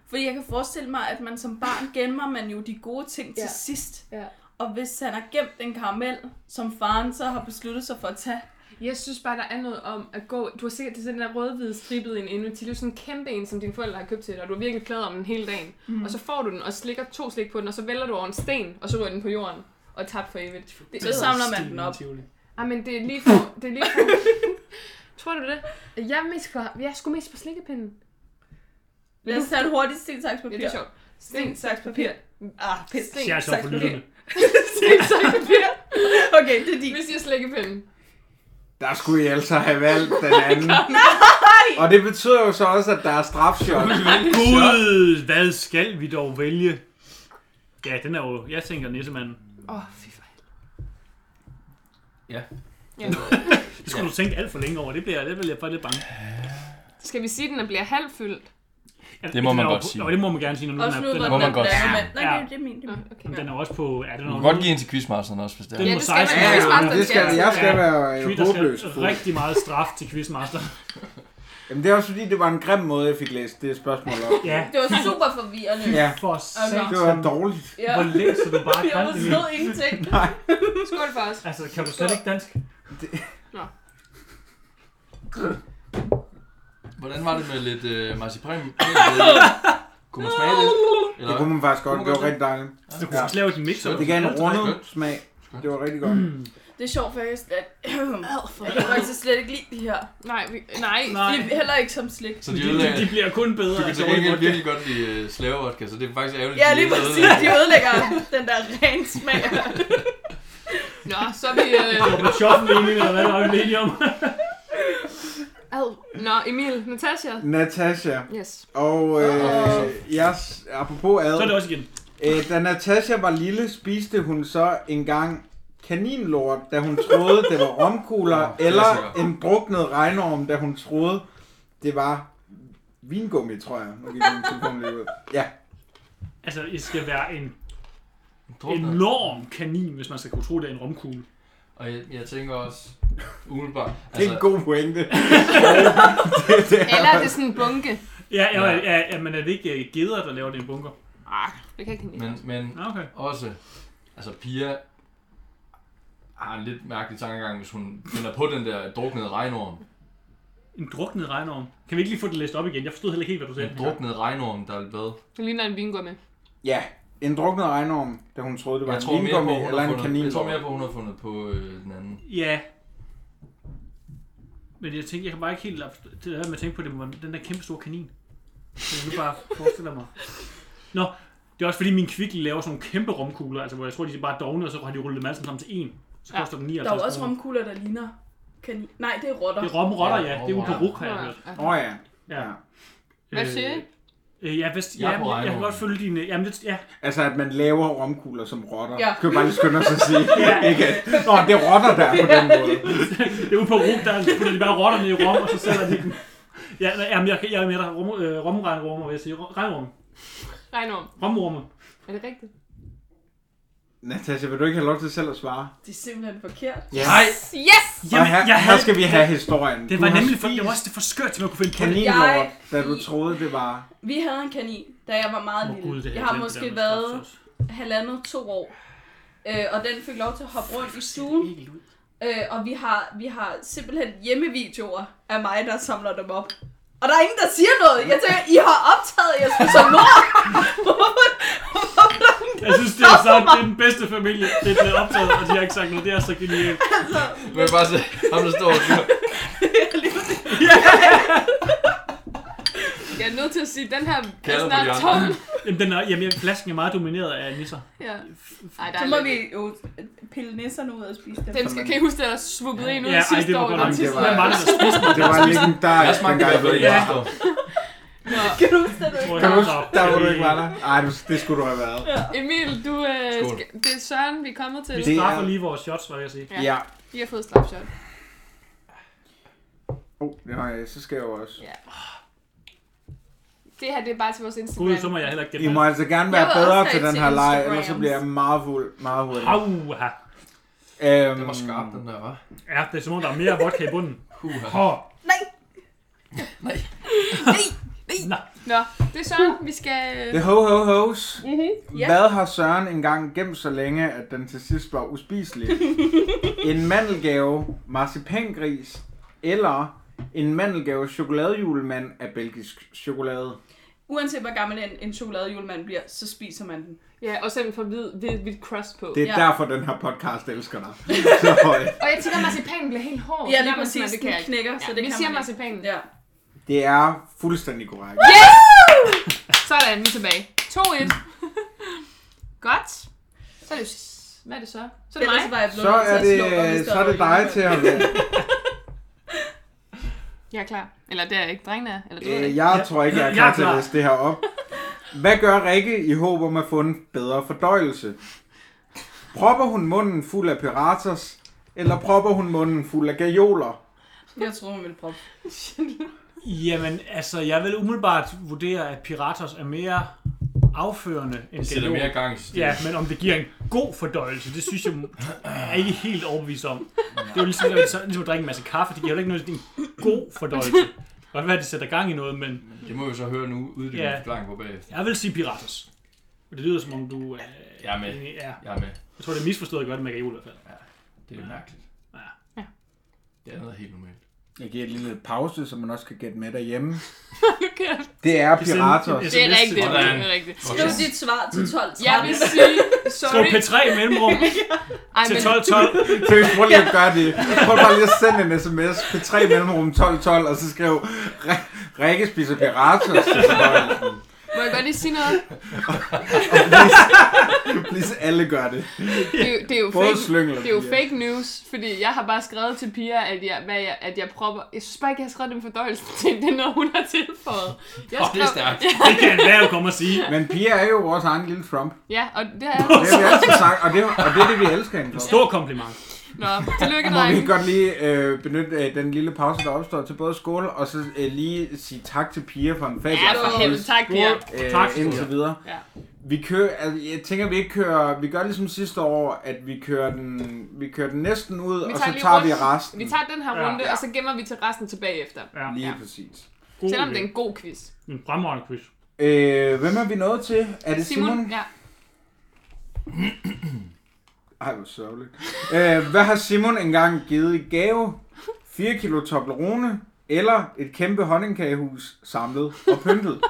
Fordi jeg kan forestille mig, at man som barn gemmer man jo de gode ting til
Ja.
sidst.
Ja.
Og hvis han har gemt en karamel, som faren så har besluttet sig for at tage,
Jeg synes bare, der er noget om at gå... Du har sikkert det er den der rødhvide strippede en endnu til. Det er sådan en kæmpe en, som dine forældre har købt til dig, og du er virkelig glad om den hele dagen. Mm. Og så får du den og slikker to slik på den, og så vælter du over en sten, og så ryger den på jorden og er tabt for evigt. Det,
så samler man den op.
Ej, men det er lige for... Det er lige for Tror du det? Jeg er, mest på, jeg er sgu mest på slikkepinden.
Lad os tage en hurtig sten, saks,
Ja,
papir.
det er sjovt.
Sten, saks, papir. Ah, pisse.
Jeg
Sten,
er så
saks,
for
papir.
lytterne.
Sten, saks, papir.
Okay, det er din.
Vi siger slikkepinden.
Der skulle I altså have valgt den anden. Og det betyder jo så også, at der er strafshot.
Gud, hvad skal vi dog vælge? Ja, den er jo... Jeg tænker nissemanden.
Åh, oh, fy for helvede.
Ja.
ja.
Det skulle du tænke alt for længe over. Det bliver, det bliver jeg faktisk lidt bange.
Skal vi sige, at den bliver halvfyldt?
Ja,
Det må
den
man
er jo
godt
på-
sige.
Jo, det må man gerne sige, når nu den
Også
er,
nu,
den,
hvor
er,
må
den er
man godt sige.
blandet. Nej, det
Ja.
er- det er min. det er min.
Okay.
den er også på... Er det
Du
noget
kan godt give en til quizmasteren også, hvis det
Den
er.
må
det skal man.
16.
Ja,
Quizmasteren
jamen, det skal,
skal-
jeg skal
Ja,
være øh,
der
håbløs.
skal
på.
rigtig meget straf til Quizmaster.
Jamen, det er også fordi, det var en grim måde, jeg fik læst det spørgsmål op.
Ja,
Det var super forvirrende.
Ja,
for
det
satan.
var dårligt.
Ja.
Hvor læser du bare
Jeg
kaldt det?
forstod ingenting.
Skål for os.
Altså, kan du slet ikke dansk?
Hvordan var det med lidt øh, marcipan? Kunne man smage det? Eller
Det kunne
hvad?
man faktisk godt.
Kunne man
Det var
godt
rigtig dejligt.
Altså, Du kunne også lave din mix.
Så
Det gav en rundet smag. Det var rigtig godt.
Mm.
Det er sjovt faktisk, at jeg kan faktisk slet ikke lide de her.
Nej, vi, nej.
Nej.
Det er heller ikke som slik.
Så
De,
de
de, de
ødelagde...
bliver kun bedre. Altså,
Du kan
af
til
dårlig
gengæld
vodka.
virkelig godt lide slavevodka, så det er faktisk ærgerligt,
Ja,
at de
lige
ikke
præcis.
ødelagde
De ødelægger den der ren smag.
Nå, så er vi... Øh...
På shoppen egentlig, eller hvad var vi enige om?
Ad. Nå, Emil, Natasha.
Natasha.
Yes.
Og øh, jeg, apropos ad,
Så er det også igen.
øh, da Natasha var lille, spiste hun så engang kaninlort, da hun troede, det var romkugler,
Åh,
eller
klassiker.
en druknet regnorm, da hun troede, det var vingummi, tror jeg. Nu gik min telefon lige ud. Ja,
Altså, I skal være en
det.
enorm kanin, hvis man skal kunne tro, det er en romkugle.
Og jeg, jeg tænker også, umiddelbart...
det er en god pointe.
Eller er det sådan en bunke?
Ja, ja, ja, ja, men er det ikke øh, geder, der laver det i bunker?
Ah, det kan jeg ikke lide.
Men, men
Nå, okay.
også, altså Pia har en lidt mærkelig tankegang, hvis hun finder på den der druknede regnorm.
En druknet regnorm. Kan vi ikke lige få det læst op igen? Jeg forstod heller ikke helt, hvad du sagde.
Den druknede regnorm, der er lidt hvad?
Det ligner en vingummi.
Ja, en druknet regnorm, da hun troede, det var
Jeg
en
tror mere på,
vingummi,
hun
eller
har
en
fundet, jeg tror
kaninlort.
mere på, hun har fundet på øh, den anden.
Ja. Men jeg tænkte, jeg kan bare ikke helt... lade- Det der med at tænke på, det var den der kæmpe store kanin. Det kan du bare forestille mig. Nå, det er også fordi, min kvikle laver sådan nogle kæmpe romkugler, altså hvor jeg tror, de bare er dogne, og så har de rullet dem alle sammen til en. Så
Ja.
koster den
Der er jo
59
også
kroner.
romkugler, der ligner kanin. Nej, det er rotter.
Det er romrotter, ja.
Ja,
Det er
romrotter.
uperuk, har jeg hørt.
Ja.
Åh oh, ja.
Ja.
ja.
Hvad siger I?
Øh, ja, hvis,
Jeg
ja,
er på
jeg, jeg, jeg kan
regnormen.
godt følge dine... Jamen, det, ja.
Altså, at man laver romkugler som rotter.
Ja.
Ja. Skal vi bare lige skynde os at sige. ja. Ikke? at- Nå, det er rotter der på den måde.
Det er ude på Rom, der putter de bare rotter ned i Rom, og så sælger de dem. Ja, nej, jamen, jeg, jeg er med dig. Rom, øh, romregnormer, vil jeg sige. Regnorm.
Regnorm.
Romorme.
Er det rigtigt?
Natasha, vil du ikke have lov til selv at svare?
Det er simpelthen forkert.
Ja.
Nej!
Yes!
Jamen, her, jeg her skal vi have historien.
Det
Du
var
har
nemlig for,
spist
det var også det for skørt, til man kunne finde på det.
kaninlort,
Jeg-
da du troede, det var...
Vi havde en kanin, da jeg var meget
Åh,
lille.
Gud, det
jeg
jeg
har
glemt,
måske
det der med
været
snaps også.
halvandet to år. Øh, og den fik lov til at hoppe rundt i
Det
stuen.
er helt ud.
Øh, og vi har, vi har simpelthen hjemmevideoer af mig, der samler dem op. Og der er ingen, der siger noget. Jeg tænker, I har optaget Jesper som mor.
Jeg synes, det er, så, det er den bedste familie. Det er blevet optaget, og de har ikke sagt noget. Det er så genialt.
Du kan bare se, ham der står og siger,
Jeg er nødt til at sige, at den her er
Kalder på
snart
de andre.
tom.
Jamen, den er, jamen, flasken er meget domineret af nisser.
Ja. Ej, der
Så
er
må
lidt-
vi jo pille nisserne ud og spise dem.
Den skal, kan I huske, at der svuppede en ud
Ja, ej,
sidste
det var
år?
godt
når
nok.
sidste
var-
Hvem var det, der spiste den?
Det var
jeg
legendarisk,
smagte
dengang
det,
du
der
ikke
ja.
var der.
Nå,
Kan du huske det?
Tror jeg,
Kan du
jeg
huske,
var
der hvor du ikke var der? Ej, du, det skulle du have været.
Emil, du, øh,
Skål.
skal, det er Søren, vi er kommet til.
Vi
Det er-
straffer lige vores shots, var jeg at sige.
Ja.
Ja.
Vi har fået strafshot.
Oh, det har jeg. Så skal jeg jo også.
Det her, det er bare til vores Instagram.
Gud, så må jeg heller ikke
I
gætte.
må altså gerne være
Jeg vil
bedre
også
til
have
den
til
her leg,
Instagrams.
ellers så bliver jeg meget fuld. Meget hurtig.
Auha.
Øhm,
den var skarp, den der, var.
Ja, det er som om, der er mere vodka i bunden.
Puha.
Åh,
Nå, det er Søren, vi skal...
The ho ho hos.
Mm-hmm. Ja.
Yeah. Hvad har Søren engang gemt så længe, at den til sidst var uspiselig? en mandelgave, marcipangris eller en mandelgave chokoladejulemand af belgisk chokolade?
Uanset hvor gammel en, en chokoladejulemand bliver, så spiser man den.
Ja, og selv for hvid, hvid, hvid crust på.
Det er
Ja.
yeah. derfor, den her podcast elsker dig. Så, øh,
Og jeg tænker, at marcipanen bliver helt hård.
Ja, lige
men
præcis.
sådan,
Den knækker,
Ja,
så det
vi
kan
siger
man ikke.
marcipanen.
Ja.
det er fuldstændig korrekt.
Yes! Sådan, vi er tilbage. 2-1. Godt. Så er det... Hvad er det så? Så er det mig.
Ellers var jeg blevet
Så
nødt til at slå
er det,
dig, hvis der
så er
var
det dig
en-
til at være.
Jeg er klar. Eller det er jeg ikke. Drengene er. Eller det ved jeg
Øh,
ikke.
jeg tror ikke, jeg er
Jeg
klar
er
til at
klar.
læse det her op. Hvad gør Rikke i håb om at få en bedre fordøjelse? Propper hun munden fuld af piratas, eller propper hun munden fuld af gajoler?
Jeg tror, hun ville proppe.
Jamen, altså, jeg vil umiddelbart vurdere, at Piratos er mere afførende end
Jeg sætter
Gallion.
mere gang i systemet.
Ja, men om det giver en god fordøjelse, det synes jeg er ikke helt overbevist om. Det er jo ligesom, det er jo ligesom at drikke en masse kaffe, det giver jo ikke noget det er en god fordøjelse. Det kan Godt være, at det sætter gang i noget, men
Det må vi så høre nu, uddybende
Ja.
forklaring på bagefter.
jeg vil sige Piratos. Og det lyder som om du... Øh,
Jeg er med.
Ja,
Jeg er med.
jeg tror, det er misforstået at gøre det med Gajol i hvert fald.
Det er mærkeligt.
Ja.
Ja.
Det er noget helt normalt.
Jeg giver et lille pause, så man også kan gætte med derhjemme.
Nu kæft.
Det er pirater.
Det
Det er rigtigt,
til mig.
det er rigtigt.
Skriv dit svar til 12
Jeg vil sige,
Skriv
sorry.
P3 i mellemrum
Ej,
til
men,
12-12.
Seriøst, prøv lige at gøre det. Prøv bare lige at sende en sms. P3 mellemrum 12 12, og så skrev "Rik- Rikke spiser pirater. Så var
må jeg godt lige sige noget?
jeg, Please, alle gør det.
Det er, jo- det er jo
Både
fake,
slyngel og
det er jo
piger.
fake news, fordi jeg har bare skrevet til Pia, at jeg, hvad jeg, at jeg propper... Jeg synes bare ikke, jeg har skrevet den fordøjelse til, det er noget, hun har tilføjet. Jeg
det er stærkt.
Det kan enhver jo komme og sige.
Men Pia er jo vores egen lille Trump.
Ja, og det
Det
er...
har vi altid sagt, og det, og det er det, vi elsker hende for.
Stor kompliment.
Nå, tillykke,
Må vi
drenge.
godt lige øh, benytte øh, den lille pause, der opstår til både skole, og så øh, lige sige tak til Pia for en fabelagtig
Ja, for helvede. Tak, Pia.
skole, Øh,
Tak,
tak,
Pia.
indtil videre.
Ja.
Vi kører, altså, jeg tænker, vi ikke kører, vi gør ligesom sidste år, at vi kører den, vi kører den næsten ud,
Vi
og
tager
så
lige
tager vi
runden.
resten.
Vi tager den her
Ja.
runde, og så gemmer vi til resten tilbage efter.
Ja.
Lige
Ja.
præcis.
God
Selvom det
idé.
er en god quiz.
En fremragende quiz.
Øh, hvem er vi nået til? Er det Simon?
Simon, ja.
Ej, hvor sørgeligt. øh, hvad har Simon engang givet i gave? 4 kilo Toblerone eller et kæmpe honningkagehus samlet og pyntet?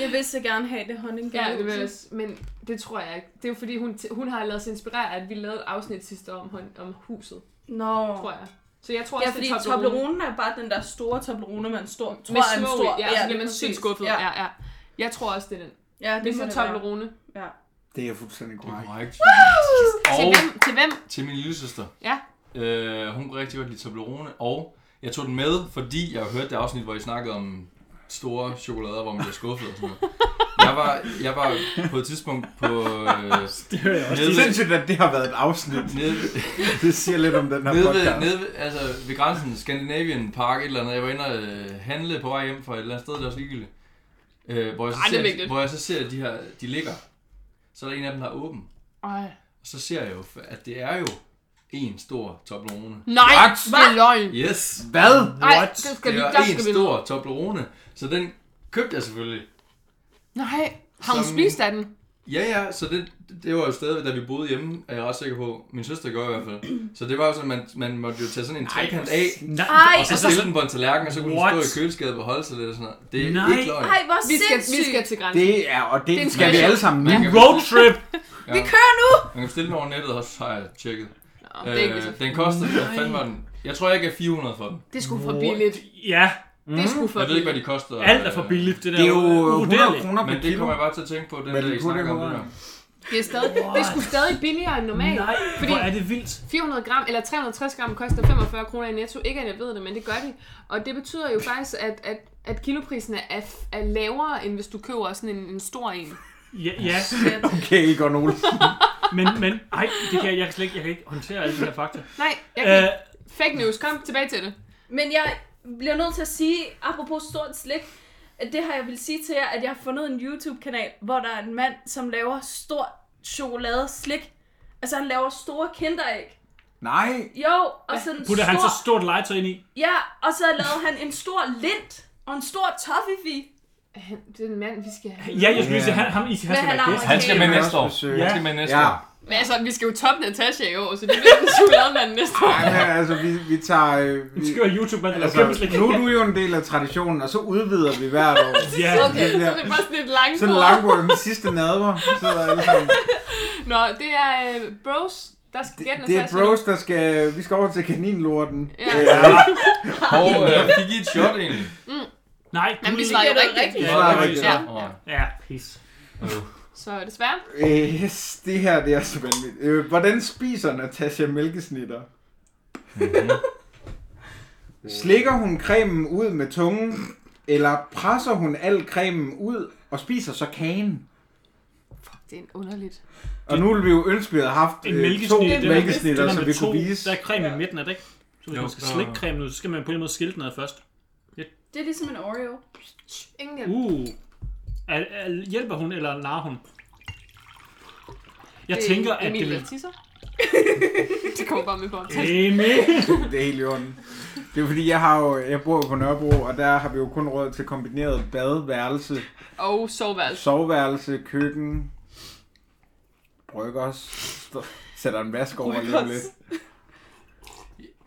Jeg vil så gerne have det honninggave.
ja det vil jeg, også- men det tror jeg ikke. Det er jo fordi, hun, hun har lavet sig inspirere af, at vi lavede et afsnit sidste år om, hun- om huset,
Nå.
tror jeg. Så jeg tror
Ja,
også,
fordi
det er Toblerone.
Toblerone er bare den der store Toblerone, man står, tror
Med
er en
små
stor.
i, ja, så
lige
bliver man
præcis.
sygt skuffet.
Ja,
Ja, ja. Jeg tror også, det er den.
ja det,
Det
må
er
det være.
Toblerone.
Ja.
Det er fuldstændig korrekt.
Korrekt.
Til
Og
hvem? Til hvem?
til min lille søster.
Ja.
Øh, hun kunne rigtig godt lide Toblerone, og jeg tog den med, fordi jeg hørte det afsnit, hvor I snakkede om store chokolader, hvor man bliver skuffet og sådan noget. Jeg var, jeg var på et tidspunkt på... Øh,
Det hører jeg også.
Det er
nede,
sindssygt, at det har været et afsnit.
nede,
Det siger lidt om den her
nede, ved,
podcast.
nede ved, altså, ved grænsen, Scandinavian Park, et eller andet. Jeg var inde og øh, handle på vej hjem fra et eller andet sted, der er også ligegyldigt. Øh, hvor, jeg så
Ej, det er
ser,
vigtigt.
hvor jeg så ser, at de her de ligger. Så er der en af dem, der er åben.
Ej.
Og så ser jeg jo, at det er jo en stor Toblerone.
Nej, det er løgn.
Yes!
Hvad?
Ej,
What?
det skal
Det
vi,
var
der
en
skal vi ned.
stor Toblerone, så den købte jeg selvfølgelig.
Nej, har hun
Som-
spist af den?
Ja, ja, så det, det var jo stadigvæk, da vi boede hjemme, er jeg ret sikker på. Min søster gjorde i hvert fald. Så det var jo sådan, man, man måtte jo tage sådan en trekant af,
Nej, og
og så
Altså,
så,
stille den på en tallerken, og så kunne
What?
den stå i køleskabet og holde sig lidt og sådan noget. Det er
Nej.
ikke løgn.
Ej, hvor
Vi skal, vi
sindssygt.
skal til grænsen.
Det er, og det,
er en
skal vi
special.
alle sammen nu.
Man kan,
Roadtrip!
Vi kører nu!
man kan bestille den over nettet også, har jeg tjekket.
Nå, det er ikke så
Øh, den koster, hvad fanden var den? Jeg tror ikke, jeg gav 400 for den.
Det skulle for billigt.
Ja,
Det skulle for
Jeg ved ikke, hvad
billigt.
de koster. Øh,
alt er for billigt. Det, der
Det
Øh,
er jo 100
uvurderligt.
kroner per
Men det
kilo.
kommer jeg bare til at tænke på, den
Men
der, I
kunne det
snakker om det
være?
der.
Det er stadig, det er sgu stadig billigere end normalt.
Nej,
Fordi-
hvor er det vildt.
400 gram eller 360 gram koster 45 kroner i netto. Ikke at jeg ved det, men det gør de. Og det betyder jo faktisk, at, at, at kiloprisen er, f- er lavere, end hvis du køber sådan en, en stor en.
Ja, ja.
Okay, Egon Olsen.
men, men ej, det kan jeg, jeg, kan slet ikke, jeg kan ikke håndtere alle de her fakta.
Nej, jeg kan
Øh,
ikke. Fake news. Kom tilbage til det.
Men jeg bliver nødt til at sige, apropos stort slik, at det har jeg vil sige til jer, at jeg har fundet en YouTube-kanal, hvor der er en mand, som laver stort chokoladeslik. Altså, han laver store kinderæg.
Nej.
Jo, og så en
putter
stor...
han så stort legetøj ind i?
Ja, og så lavede han en stor lint og en stor toffee.
Han- Det er en mand, vi skal have.
Ja, jeg skulle lige
Ja.
sige, han, ham, I, han
Men
skal
han
være
er
gæst.
Han skal med
Jeg
næste
også
år.
besøge-
Han skal med næste
Ja.
år.
Men altså, vi skal jo toppe Natasha i år, så det bliver en chokolademand næste år.
Ej, men altså, vi, vi tager... Øh, vi,
Han skal jo YouTube, man.
altså, nu er du jo en del af traditionen, og så udvider vi hvert år.
Ja,
Okay, så er det bare sådan et langt
Sådan
bord.
langt, hvor den sidste nadver sidder alle sammen.
Nå, det er øh, bros, der skal gætte
Det er
Natasha.
bros, der skal... Vi skal over til kaninlorten.
Ja.
Og øh, fik I et shot egentlig?
Nej,
Jamen, vi
gud.
svarer jo
Det er
rigtigt.
Ja,
Vi svarer
det var
rigtigt.
I så.
Ja.
Åh,
Ja, pis.
Så desværre.
Øh, yes, det her, det er så vanvittigt. Øh, hvordan spiser Natasha mælkesnitter?
Mm-hmm.
Slikker hun cremen ud med tungen, eller presser hun al cremen ud og spiser så kagen?
Det er en underligt.
Og nu ville vi jo ønske, vi havde haft
En
øh, to
mælkesnit, det er
mælkesnitter,
der
så
med
vi
to,
kunne vise.
Der er creme i midten, er det ikke? Så hvis
Jo.
man skal slikke cremen ud, så skal man på en måde skille den ad først.
Det er ligesom en Oreo.
Ingen hjælp.
Uh. Er, er, hjælper hun, eller narrer hun? Jeg
Det er
tænker, at det
Øh, Emilie,
vil...
der tisser. det kommer bare med på optag.
Emil!
Det er helt i orden. Det er fordi, jeg, har jo, jeg bor jo på Nørrebro, og der har vi jo kun råd til kombineret badeværelse,
Og soveværelse.
soveværelse, køkken, bryggers, Stå- sætter en vask over lige om lidt.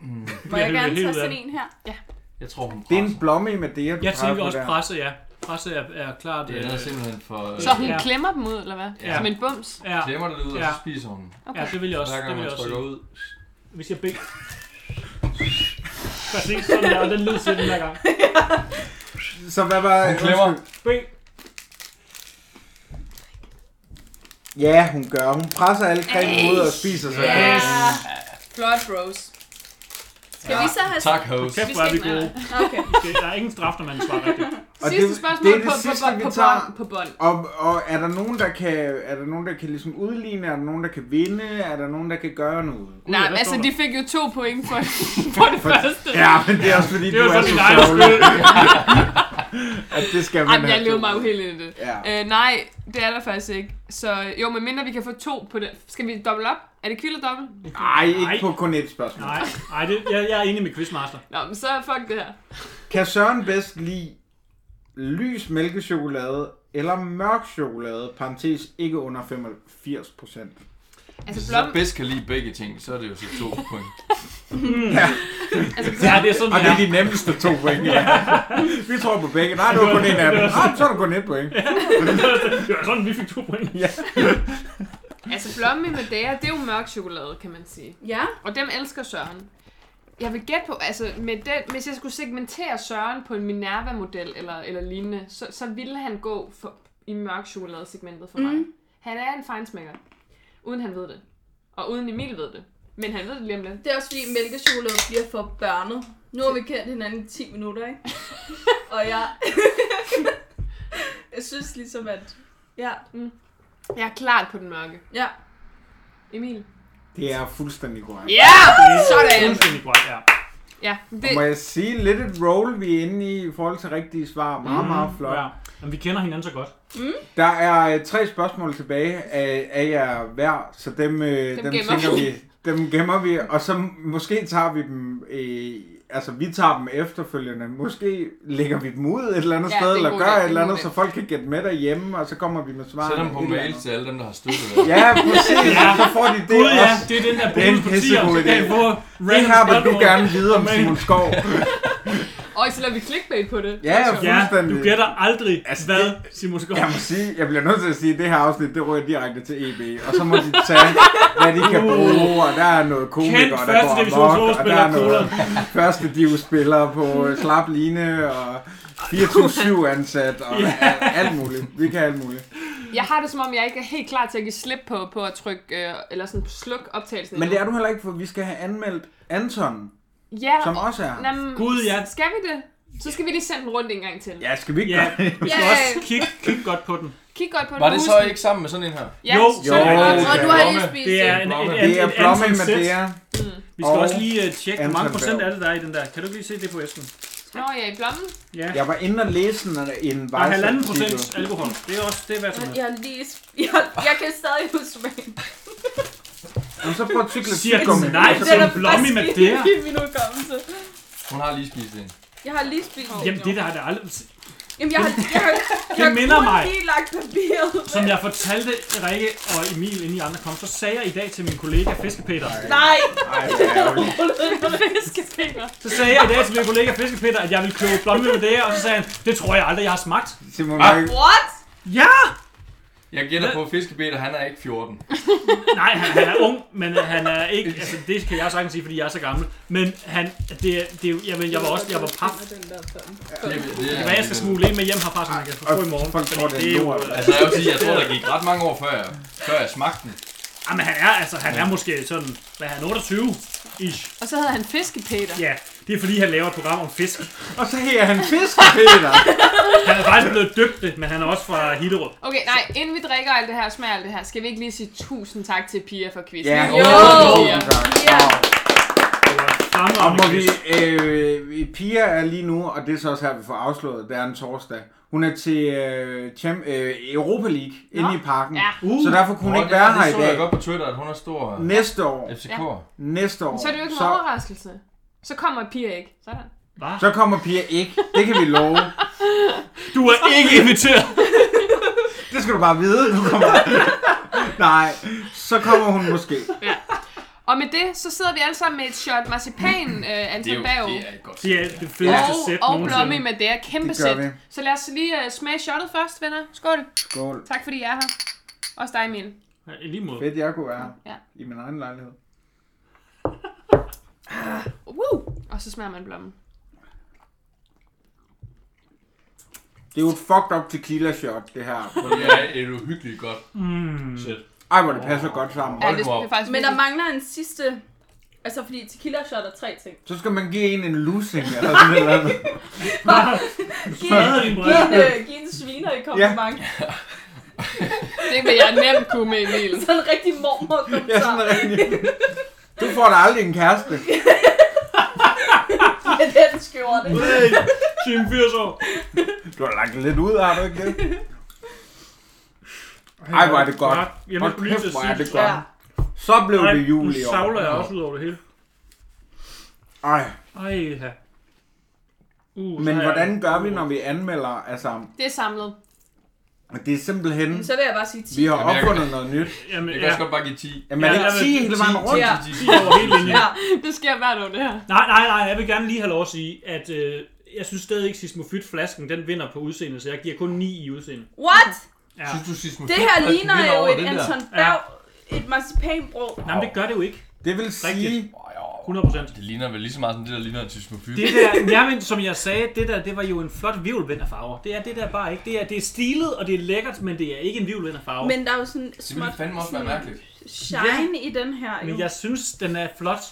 Må jeg
bliver
gerne
helt
tage
ud af
sådan en her?
Jeg tror, hun
Det er
presser.
en blomme i Madeira, du
Jeg
peger
tænker
på
også
der.
presse, ja. Presse er, er klart... øh,
Det er simpelthen for... øh,
Så hun
Ja.
klemmer dem ud, eller hvad?
Ja.
Som en bums.
ja,
Klemmer det ud, og
Ja.
så spiser hun.
ja, det vil jeg også,
Hver
det
gang
vil
man
jeg også
trykker
sige.
ud.
Hvis jeg begge... Præcis sådan der, og den lyd siger den her gang.
Så hvad var...
Hun klemmer.
undskyld.
Bing.
Ja, hun gør. Hun presser alle cremen ud og spiser sig.
Ja.
Flot, bros. Skal vi så have...
Tak, host.
Kæft, hvor er vi
skal
gode.
Okay.
Det, der er ingen straf, når man svarer rigtigt.
Og
sidste
det-
spørgsmål
det er det
på,
sidste,
på,
vi
på, på,
tager.
bånd, på bånd.
Uh,
Og, og er der nogen, der kan, er der nogen, der kan ligesom udligne? Er der nogen, der kan vinde? Er der nogen, der kan gøre noget?
Nej,
hvad
men altså,
står
de fik jo to point for, for det første.
Ja, men det er også fordi,
Det
du
var
er
sådan
så
din egen
sørgelig,
skyld.
at det skal man
Ej, men
have
jeg lever
til.
mig jo helt ind i det.
Ja.
Øh, nej, det er der faktisk ikke. Så jo, men mindre vi kan få to på det. Skal vi dobbelt op? Er det kvild og dobbelt?
Nej, ikke
Nej.
på kun et spørgsmål.
Nej, nej det, jeg, jeg er enig med Quizmaster.
Nå, men så fuck det her.
Kan Søren bedst lide lys mælkechokolade eller mørk chokolade, parentes ikke under 85 procent?
Altså,
Hvis
blom,
jeg bedst kan lide begge ting, så er det jo så to point.
altså,
Ja,
blom,
det er sådan,
Og det
det
er de nemmeste to point. Ja. Vi tror på begge. Nej, det var kun en af dem. Nej, så er der kun et point.
er. Det var sådan, vi fik to point.
altså blomme i Madeira, det er jo mørk chokolade, kan man sige.
Ja.
Og dem elsker Søren. Jeg vil gætte på, altså med den, hvis jeg skulle segmentere Søren på en Minerva-model eller, eller lignende, så, så ville han gå for, i mørk chokolade-segmentet for mig.
Mm.
Han er en fejnsmækker, uden han ved det. Og uden Emil ved det. Men han ved det lige om lidt.
Det er også fordi mælkechokolade bliver for børnet. Nu har vi kendt hinanden i 10 minutter, ikke? Og jeg... jeg synes ligesom, at... Ja,
Jeg er klart på den mørke.
ja.
Emil?
Det er fuldstændig korrekt.
Ja! Sådan!
Fuldstændig godt, ja.
Ja, det,
Og må jeg sige lidt et roll, vi er inde i i forhold til rigtige svar. Meget, meget flot.
Mhm. ja. Men vi kender hinanden så godt.
Der er øh, tre spørgsmål tilbage af, af jer hver, så dem, øh, dem, dem
gemmer
tænker
vi.
vi. Dem gemmer vi, og så m- måske tager vi dem, øh, altså vi tager dem efterfølgende. Måske lægger vi dem ud et eller andet
Ja,
ja,
det
sted,
er en
eller
god
gør
idé, det er
et eller
en
andet,
god
så
idé.
folk kan gætte med derhjemme, og så kommer vi med svarene.
Send dem på
et eller
mail
andet.
til alle dem, der har støttet det.
Ja, præcis,
Ja.
så får de det
Gud, ja,
også.
det er den der
Det er en
bonus på 10'er,
pissegod
så kan
idé.
I få
Det
random
her vil du
spørgsmål.
gerne vide om
Mail.
Simon Skov.
og så laver vi clickbait på det.
Ja,
Sjovt.
Ja,
fuldstændig.
du gætter aldrig,
Altså,
hvad
det-
Simon Skov...
Jeg må sige, jeg bliver nødt til at sige, at det her afsnit, det rører direkte til EB. Og så må de tage, hvad de kan bruge, og der er noget
Kendt
komiker, der
Uh. første
går
divisions
amok, og der er
fodboldspiller,
noget første divspiller på øh, slap line, og 24-7 ansat, og al- alt muligt. Vi kan alt muligt.
Jeg har det som om, jeg ikke er helt klar til at give slip på, på at trykke, øh, eller sådan sluk optagelsen.
Men det er
endnu.
du heller ikke, for vi skal have anmeldt Anton,
ja,
som
og-
også er. her.
Jamen,
Gud, ja.
Skal vi det? Så skal vi lige sende den rundt en gang til.
Ja, skal vi ikke
Ja,
gøre det?
vi skal
Ja.
også kigge, kigge godt på den.
Kig godt på den.
Var det så
husk den.
ikke sammen med sådan en her?
Ja,
Jo,
så
jo.
er det godt.
Og
Og
nu
nu
har
har
jeg
I
lige
spist
Det er en, en, en,
Det er
en
Blomme
Anton sæt.
Madeira.
Vi skal
og
også lige øh, tjekke, hvor mange
Anton
procent
Berg.
er det, der er i den der. Kan du ikke lige se det på Esben?
Nå ja, i blommen.
Ja.
Jeg var inde og læse en, en
Der er halvanden
vejstatistik.
procent alkohol. Det er også det, er hvad som er.
Jeg har lige... sp- Jeg, jeg kan stadig huske smagen.
Og så prøv at tykle
Siger den
tyggegummi.
nej til
Den er
en blomme i
faktisk
Madeira?
i min udkommelse.
Hun har lige spist en.
Jeg har lige spist den.
Jamen det der har der aldrig...
Jamen, jeg har, jeg har, jeg har
minder
kun
mig.
lige lagt papiret.
Som jeg fortalte Rikke og Emil, inden I andre kom, så sagde jeg i dag til min kollega Fiskepeter.
Nej,
Ej, hvor ærgerligt.
Fiskefinger.
Så sagde jeg i dag til min kollega Fiskepeter, at jeg ville købe blomme i Madeira, og så sagde han, det tror jeg aldrig, jeg har smagt.
Simon, ah.
what?
Ja!
Jeg gætter på, at Fiskebeter, han er ikke 14.
Nej, han, han er ung, men øh, han er ikke... Altså, det kan jeg sagtens sige, fordi jeg er så gammel. Men han... Det, er- det, er jo- jamen, jeg var også... Jeg var paf.
Det, det,
Det var, jeg skal smugle en med hjem herfra, som jeg kan få i morgen.
folk tror, det er
jo-
lort.
Altså, jeg vil sige, jeg tror, der gik ret mange år, før jeg, før jeg smagte den.
Jamen, han er, altså, han er måske sådan... Hvad er han? 28? Ish.
Og så hedder han Fiskepeter.
Ja, det er fordi, han laver et program om fisk.
Og så her han fisk, Peter.
Han er faktisk blevet døbt det, men han er også fra Hillerød.
Okay, nej, inden vi drikker alt det her og smager alt det her, skal vi ikke lige sige tusind tak til Pia for quizzen?
Ja,
Jo!
jo.
Ja.
Det var
Og
fremragende
må vi,
quiz.
øh, Pia er lige nu, og det er så også her, vi får afslået, det er en torsdag. Hun er til øh, champ, øh, Europa League inde i parken,
Ja.
Uh,
så derfor kunne hun
Nå,
ikke være
det,
her
det
i
så
dag.
jeg godt på Twitter, at hun er stor øh,
Næste år,
FCK'er.
næste år,
Så er det jo ikke en overraskelse. Så kommer Pia ikke. Sådan.
så kommer Pia ikke. Det kan vi love.
Du er ikke inviteret.
Det skal du bare vide. Du kommer... Nej, så kommer hun måske.
Og med det, så sidder vi alle sammen med et shot marcipan, øh,
Det er
Anton
jo
Bav.
det er et godt.
Det er det fedeste
Og,
sæt
og
nogensinde.
Blommy med det her kæmpe
Det gør
sæt.
vi.
Så lad os lige uh, smage shotet først, venner. Skål.
Skål.
Tak fordi I er her. Også dig, Emil.
Ja, I lige måde.
Fedt, jeg kunne være
Ja.
i min egen lejlighed.
Woo! Og så smager man blommen.
Det er jo et fucked up tequila shot, det her.
Det er et uhyggeligt godt
Mm.
sæt.
Ej, hvor det passer godt sammen.
Ja,
Hold
det,
nu op.
det er faktisk
Men der
virkelig-
mangler en sidste... Altså, fordi tequila shot er tre ting.
Så skal man give en en losing eller sådan noget.
Giv,
Fader din
giv, en,
brille.
øh, giv en sviner i kompliment. Ja.
det vil jeg nemt kunne med Emil.
Sådan en rigtig mormor
Ja,
kommentar.
sådan rigtig. Du får da aldrig en kæreste.
med den skjorte.
Hey, Team 80 år.
Du har lagt lidt ud, har du ikke det? Ej, hvor er det godt.
Ja, Jamen,
Hold
jeg skulle lige
kæft,
til
hvor
at
er
sige
det godt. Så blev
Ej,
det jul i
nu
år.
savler jeg også ud over det hele.
Ej,
Ej, ja. Uh, så
men
har jeg-
hvordan gør vi, når vi anmelder? Altså,
Det er samlet.
det er simpelthen...
Så vil jeg bare sige 10.
Vi har
Jamen, jeg kan-
opfundet noget nyt.
Jamen,
Jeg kan
ja.
også godt bare give 10.
Jamen, er det
Ja,
ikke
men-
10 hele vejen rundt?
Ja.
10, 10.
10 over hele linjen.
Ja.
Det sker hvert år, det her.
Nej, nej, nej, jeg vil gerne lige have lov at sige, at øh, jeg synes stadig ikke, Sismofyt flasken den vinder på udseende, så jeg giver kun 9 i udseende.
What?
Ja.
Synes du, Sismo
Det
Fint
her
Frederiksen
ligner
vinder
jo
over
et
den der?
Anton Berg, et marcipanbrød.
Nej, men det gør det jo ikke.
Det vil sige...
Rigtigt.
Åh, jo.
100%.
Det ligner vel lige så meget som det, der ligner en sismofyt.
Det der, jamen, som jeg sagde, det der, det var jo en flot virvelvind af farver. Det er det der bare ikke. Det er, det er stilet, og det er lækkert, men det er ikke en virvelvind af farver.
Men der er jo sådan
Det ville
småt
fandme også være mærkeligt.
shine i den her. Jo.
men jeg synes, den er flot.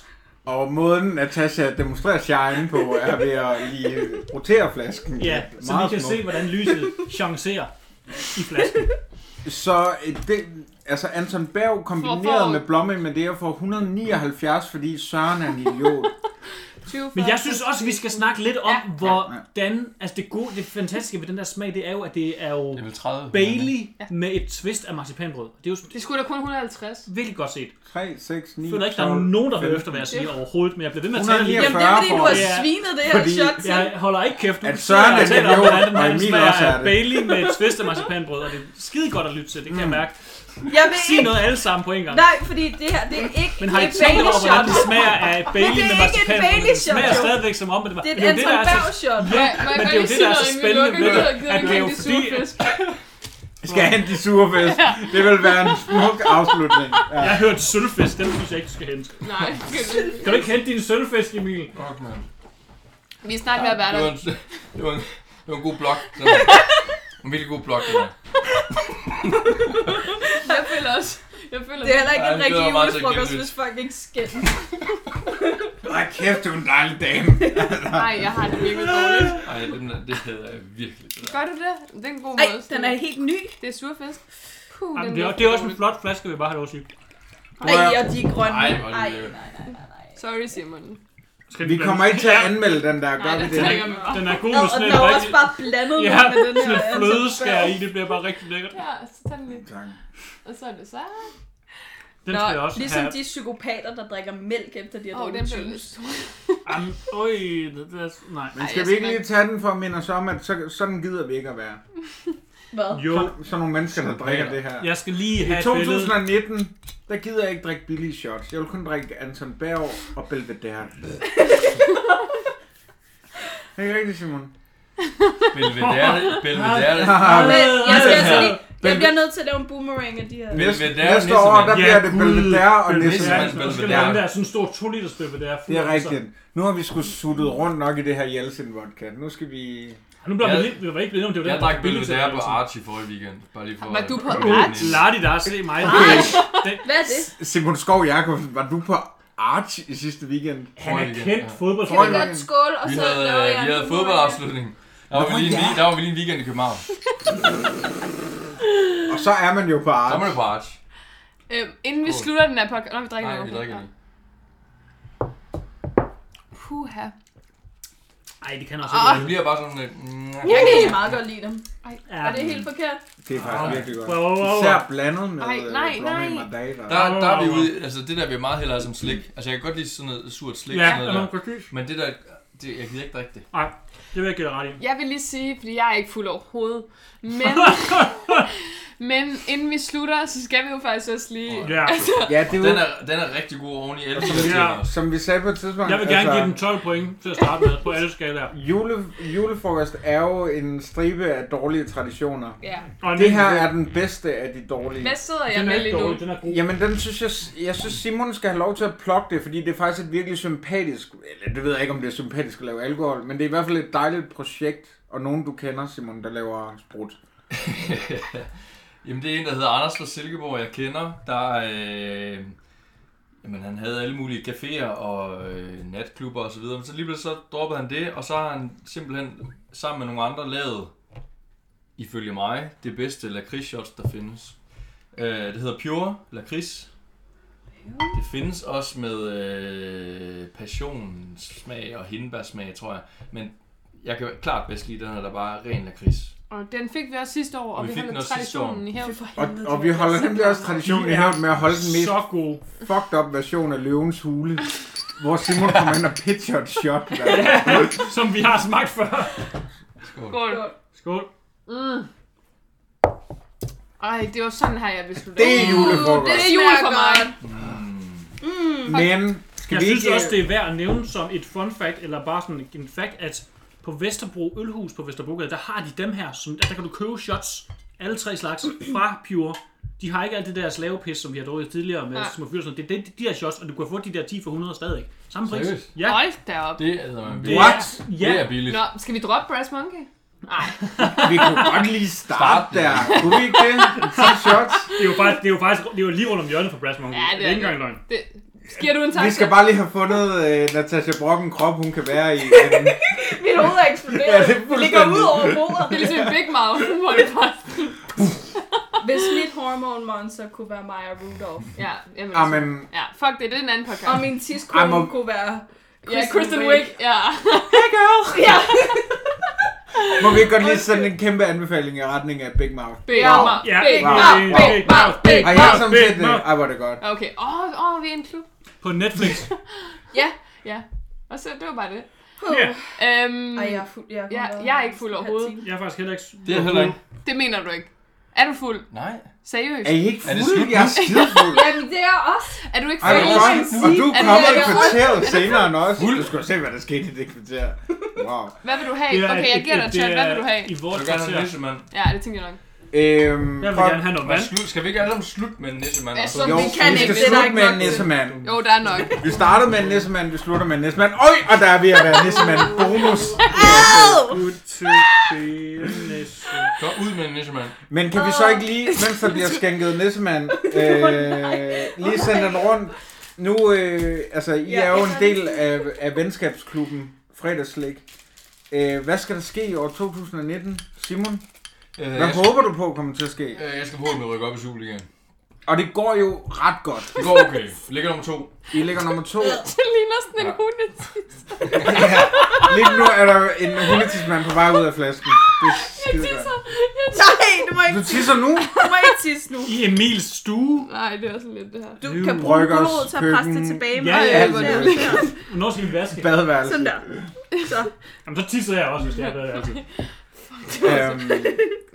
Og måden Natasha demonstrerer shine på, er ved at lige rotere flasken.
Ja, så vi
Meget
kan
smukt.
se, hvordan lyset chancerer i flasken.
Så øh, det, altså Anton Berg kombineret
Hvorfor?
med Blomme med det, jeg får 179, fordi Søren er en idiot.
20
Men jeg synes også, vi skal snakke lidt om, hvordan... Altså det gode, det fantastiske ved den der smag, det er jo, at det er jo
Jeg vil 30.
Bailey med et twist af marcipanbrød. Det er jo det
Det skulle da kun 150.
er virkelig godt set.
3, 6, 9,
Jeg føler ikke, der er nogen, der hører efter, hvad jeg siger overhovedet, men jeg bliver ved med at tale lige.
Jamen, det er fordi, du har
Ja.
svinet det her
Fordi-
shot til.
Jeg holder ikke kæft. Nu
At
sidder jeg
Søren er en
og taler om,
idiot,
hvordan den
og
her
Emil
smager
også er
af
det.
Bailey med et twist af marcipanbrød, og det er skide godt at lytte til, det kan jeg
Mm.
mærke.
Jeg vil
Sig
ikke...
noget alle sammen på en gang.
Nej, fordi det her, det er ikke
Men har I
et
tænkt over, hvordan
Bailey-shot.
det smager af Bailey
Men det er
med
ikke et
marcipanbrød? Det
Bailey-shot,
smager
jo.
stadigvæk som om, at det var...
Det er et
jo
Anton
der er altså- så-
Berg-shot.
Ja,
Må jeg
men
godt
det er jo
lige
det,
sige
der er så
noget, inden vi
spændende
lukker
ved det,
ned og gider
at
ikke
det er jo
rigtig
fordi,
sure fisk.
Skal han de sure fest? Det vil være en smuk afslutning. Ja.
jeg har hørt sølvfisk, den synes jeg ikke, du skal hente.
Nej,
Kan du ikke hente din sølvfisk, Emil?
Fuck, mand.
vi er snart ved at være
Det
der.
var en, det var en, det var en god blok. Den var. En virkelig god blok, den her.
Jeg føler også. Jeg føler
Det er heller ikke
Ej,
en
det
rigtig
var meget
julefrokost,
tilgængeligt.
hvis folk ikke skændes.
Ej, kæft, du er en dejlig dame.
Nej, jeg har det virkelig dårligt.
Ej, den der, det havde jeg virkelig. Det der.
Gør du det? Det er en god
Ej,
måde.
den er helt ny.
Det er surfisk. Puh,
Jamen,
den
det, er, det er også en flot flaske, vi bare har lov at sige.
Ej, og de er grønne.
Ej,
Ej,
hvor er det
nej,
lækkert.
nej, nej, nej.
Sorry, Simon.
Skal
Vi
blande-
kommer ikke til at anmelde den der, gør
Nej,
vi
det
det?
tænker vi bare.
Den er god
Og
med
og
sådan
den
et
er også
rigtig...
bare blandet
Ja,
med den her. altså,
sådan et
Anton
flødeskær
Berg.
i, det bliver bare rigtig lækkert.
Ja, så tag den lige.
Tak.
Og så er det så.
Den skal jeg
Nå,
også
ligesom
have.
de psykopater, der drikker mælk efter de har
Åh, oh,
drukket
den blev
juice.
lidt stor.
Am, øj, det, det er... Nej.
Men
Ej, jeg
skal vi ikke
skal
lige tage den for at minde os om, at så, sådan gider vi ikke at være?
Hvad?
Jo,
Sådan så nogle mennesker, der drikker det her.
jeg skal lige have
I
et billede.
2019, der gider jeg ikke drikke billige shots. Jeg vil kun drikke Anton Berg og Belvedere. Det er ikke rigtigt, Simon.
Belvedere, Belvedere.
Men jeg skal
Ja.
altså lige... Jeg bliver nødt til at lave en boomerang af de her.
Belvedere,
Næste, næste
Nissemand.
år, der
Ja,
bliver det
Gud,
Belvedere og
Belvedere.
Nissemand.
Nissemann.
Nu skal
Belvedere.
den der sådan en stor altså. 2 liters Belvedere.
Det er rigtigt. Nu har vi sgu suttet rundt nok i det her Jelsin vodka. Nu skal vi...
Nu bliver vi
Jeg-
lidt... Vi var ikke blevet om det var
Jeg
den,
drak
der var billig til
Belvedere
at
på
lave sådan.
Archie for i weekend. Bare lige for...
Var du på
at-
Archie?
Lad da se mig.
Hvad er det?
Simon Skov Jacobsen, var du på Arch i sidste weekend?
Han er kendt
Ja.
Kan vi
fodboldspiller.
godt skåle, og
Vi
så
havde, øh,
laver jeg
vi
en
havde
boomerang?
fodboldafslutning. Der var, vi
Nå,
lige en,
ja.
wee- der var vi lige en weekend i København.
Og så er man jo på
Så var
Arch.
det på Archie.
Øhm, inden vi
Skål.
slutter den her podcast... Nå, vi drikker
Nej,
den
vi
okay.
drikker
Ja.
lige.
Puha.
Nej, det kan også ikke.
Det
være.
bliver bare sådan lidt... mm,
Jeg kan egentlig meget godt lide dem.
Ja,
Er det helt forkert?
Det er faktisk virkelig
Wow,
godt.
wow, wow.
Især blandet med
Ej,
øh,
nej,
Blomming
nej.
Mardater.
Der, der er vi ude, altså det der vil jeg meget hellere have som slik. Altså jeg kan godt lide sådan noget surt slik.
Ja,
sådan noget
er man
der.
præcis.
Men det der, det, jeg gider ikke drikke det.
Nej, det vil jeg give dig ret i.
Jeg vil lige sige, fordi jeg er ikke fuld overhovedet, men, Men inden vi slutter, så skal vi jo faktisk også lige...
Ja.
Ja, det er
Den
jo,
er, den er rigtig god oven i alle de
som
her
vi har-
ting også.
som vi sagde på et tidspunkt, altså-
Jeg vil gerne give den 12 point til at starte med på alle skalaer.
jule, julefrokost er jo en stribe af dårlige traditioner.
Ja.
Og en
Det her
enkelt-
er den bedste af de dårlige.
Hvad sidder jeg
den er
med
ikke
lige nu?
dårlig, den er god.
Jamen, den synes jeg, jeg synes Simon skal have lov til at plukke det, fordi det er faktisk et virkelig sympatisk, eller det ved jeg ikke, om det er sympatisk at lave alkohol, men det er i hvert fald et dejligt projekt, og nogen du kender, Simon, der laver sprut.
Jamen, det er en, der hedder Anders fra Silkeborg, jeg kender. Der øh, jamen, han havde alle mulige caféer og øh, natklubber og så videre. Men så lige pludselig så droppede han det, og så har han simpelthen sammen med nogle andre lavet, ifølge mig, det bedste lakridsshots, der findes. Øh, det hedder Pure Lakrids. Det findes også med øh, passionsmag og hindbærsmag, tror jeg. Men jeg kan klart bedst lide den her, der bare er ren lakrids.
Og den fik vi også sidste år, og,
Og vi
vi,
fik
holder
den også sidste år.
traditionen i hævd.
Og, og vi holder nemlig også traditionen i hævd med at holde den mest
Så god.
fucked up version af løvens hule, hvor Simon kommer ind og pitcher et shot. Hvad?
Som vi har smagt før.
Skål.
Skål.
Mm. Ej, det var sådan her, jeg ville slutte.
Det er
Det
julefrokost.
det
er
er
jul
jul for
for
mig.
mig.
Men skal
Jeg
vi
synes
ikke...
øh,
også, det er værd at nævne som et fun fact, eller bare sådan en fact, at på Vesterbro Ølhus på Vesterbrogade, der har de dem her, som, der kan du købe shots, alle tre slags, fra Pure. De har ikke alt det der slavepis, som vi har drukket tidligere med
Nej.
små fyr. og sådan noget. Det er det- de her shots, og du kan få de der 10 for 100 stadig. Samme pris.
Seriøst?
Ja.
Hold da op.
Det er man
Det er-
What?
Ja.
Det er billigt.
Nå, skal vi droppe Brass Monkey?
Vi kunne godt lige starte der. Kunne vi ikke det? Så shots.
Det er jo faktisk, det er jo faktisk det er jo lige rundt om hjørnet for Brass Monkey.
Ja, det er
ikke engang
det.
løgn.
Det, skiver du en tak?
Vi skal
til-
bare lige have fundet øh, Natasha Brock en krop, hun kan være i. Men
Mit hoved er eksploderet.
Ja, det er
det ligger
fuldstændig.
ud over bordet.
Det er ligesom en Big Mouth. Hvor er det fra?
Hvis mit hormonmonster kunne være Maja Rudolph,
Ja, jamen, altså.
Amen.
Ja, fuck det, det er en anden
og
podcast.
min tidskone
Ej, må-
kunne være
Ja, Kristen Wiig. Ja.
Ja.
Må vi ikke godt lige sende en kæmpe anbefaling i retning af Big Mouth?
Big
Ja.
Mouth.
Ja,
Big
wow.
Mouth.
Big
Big
Mouth.
Mouth. Big
Har I
Mouth.
alle sammen
Big
set det?
Mouth.
Ej, hvor er det godt.
Okay, åh, oh, oh, vi er i en klub.
På Netflix.
Ja, og så det var bare det.
Ja.
Øhm,
Ej, jeg er fuld. Jeg er,
Ja, jeg er ikke fuld overhovedet.
Jeg er faktisk heller ikke...
Det er heller ikke.
Det mener du ikke. Er du fuld?
Nej.
Seriøst?
Er I ikke
Er det
fulde?
slut
Jeg er skidefuld.
Jamen, det er også.
Er du ikke
Ej, hvor godt. Og
fuld?
du
Er det-
kommer
er
i
det-
kvarteret senere end os. Du skal jo se, hvad der skete i det kvarter. Wow.
Hvad vil du have? Okay, jeg giver dig
det
chat. Hvad
er
vil du have?
I
Jeg
vores
vil gerne have en
kvarter.
nissemand.
Ja, det tænker jeg nok.
Øhm,
Jeg vil
fuck.
gerne have noget
Hvad?
vand.
Slut. Skal vi ikke alle sammen slutte med en nissemand?
Ja,
Og så-
så-
Jo,
Vi kan
vi
ikke,
skal
det er der
slutte
ikke
med en
nok til.
nissemand.
Jo, der er nok.
Vi startede med en nissemand, vi slutter med en nissemand. Øj, og der er vi at være nissemand. Bonus.
Good to be nisse.
Kom ud med en nissemand. Øh,
Men kan vi så ikke lige, mens der bliver skænket nissemand, øh, lige sende den rundt? Nu, øh, altså, I
Ja,
er jo
jeg
en
er
del af, af venskabsklubben Fredagslæg. Øh, hvad skal der ske i år 2019, Simon?
Øh,
Hvad
jeg, skal,
håber du på kommer til at ske?
øh, jeg skal forhåbentlig rykke op i Superligaen.
Og det går jo ret godt.
Det går okay. Ligger nummer to.
I ligger nummer to.
Det ligner sådan en
Ja.
hunde.
Ja. Lige nu er der en hundetidsmand på vej ud af flasken. Det er skidegodt.
Nej, du må ikke,
Du tisser nu?
du må ikke tisse nu.
I Emils stue.
Nej, det er også lidt det her.
Du
Nu
kan bruge
brygger os
blod til at presse det
køkken.
tilbage
Ja,
Maja.
ja,
Der,
alt
der.
Hvornår skal vi vaske?
Badeværelse.
Sådan der. Så.
Jamen, så tisser jeg også, hvis jeg er bedre altid.
Øhm,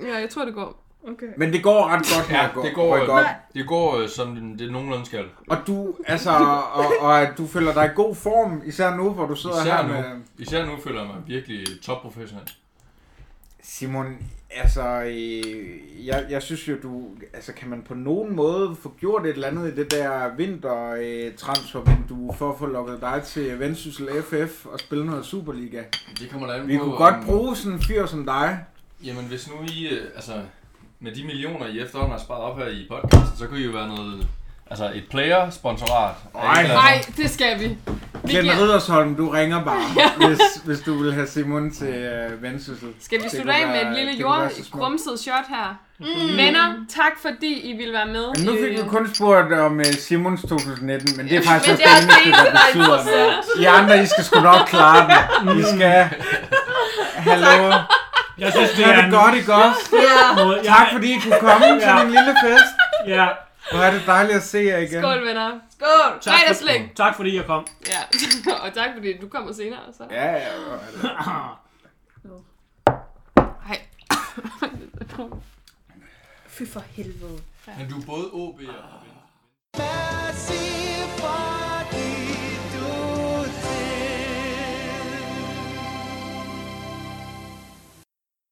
Ja, jeg tror, det går.
Okay.
men det går ret godt,
Ja,
her.
det går,
ryk op.
det går øh, som det nogenlunde skal.
Og du, altså, og, og at du føler dig i god form, især nu, hvor du sidder
Især
her
nu.
med...
Især nu føler jeg mig virkelig topprofessionel.
Simon, altså, øh, jeg, jeg synes jo, du, altså, kan man på nogen måde få gjort et eller andet i det der vintertransfervindue, for at få lukket dig til Vendsyssel FF og spille noget Superliga?
Det kommer der an
Vi
på,
kunne
om-
godt bruge sådan en fyr som dig.
Jamen, hvis nu I... øh, Altså, med de millioner, I efterhånden har sparet op her i podcasten, så kunne I jo være noget... Altså, et player-sponsorat. af
Ej.
et eller
Nej,
andet.
det skal vi. vi
Glenn
giver...
Riddersholm, du ringer bare, hvis, hvis du vil have Simon til øh, Vendsyssel.
Skal vi
Det
slutte
kunne
af med
være-
et lille
det kunne være så smukt.
jordgrumset shot her? Mm. Venner, tak fordi I ville være med.
Men nu fik vi kun spurgt om øh, Simons 2019, men det er faktisk
Men
også det
det er det
eneste,
eneste,
der
der er
betyder noget. I andre, I skal sgu nok klare
Mm.
den. I skal... Hallo.
Jeg synes, det
Det er
er
det godt, ikke også?
Ja.
måde. Jeg,
Tak fordi I kunne komme til
Ja.
min lille fest.
Ja,
Hvor er det dejligt at se jer igen.
Skål, venner.
Skål.
tak,
Fredagslæg.
for, tak fordi jeg kom.
Ja, og tak fordi du kommer senere. Så.
Ja, ja. hvor er det.
Fy for helvede.
Men du er både OB'er og vinder.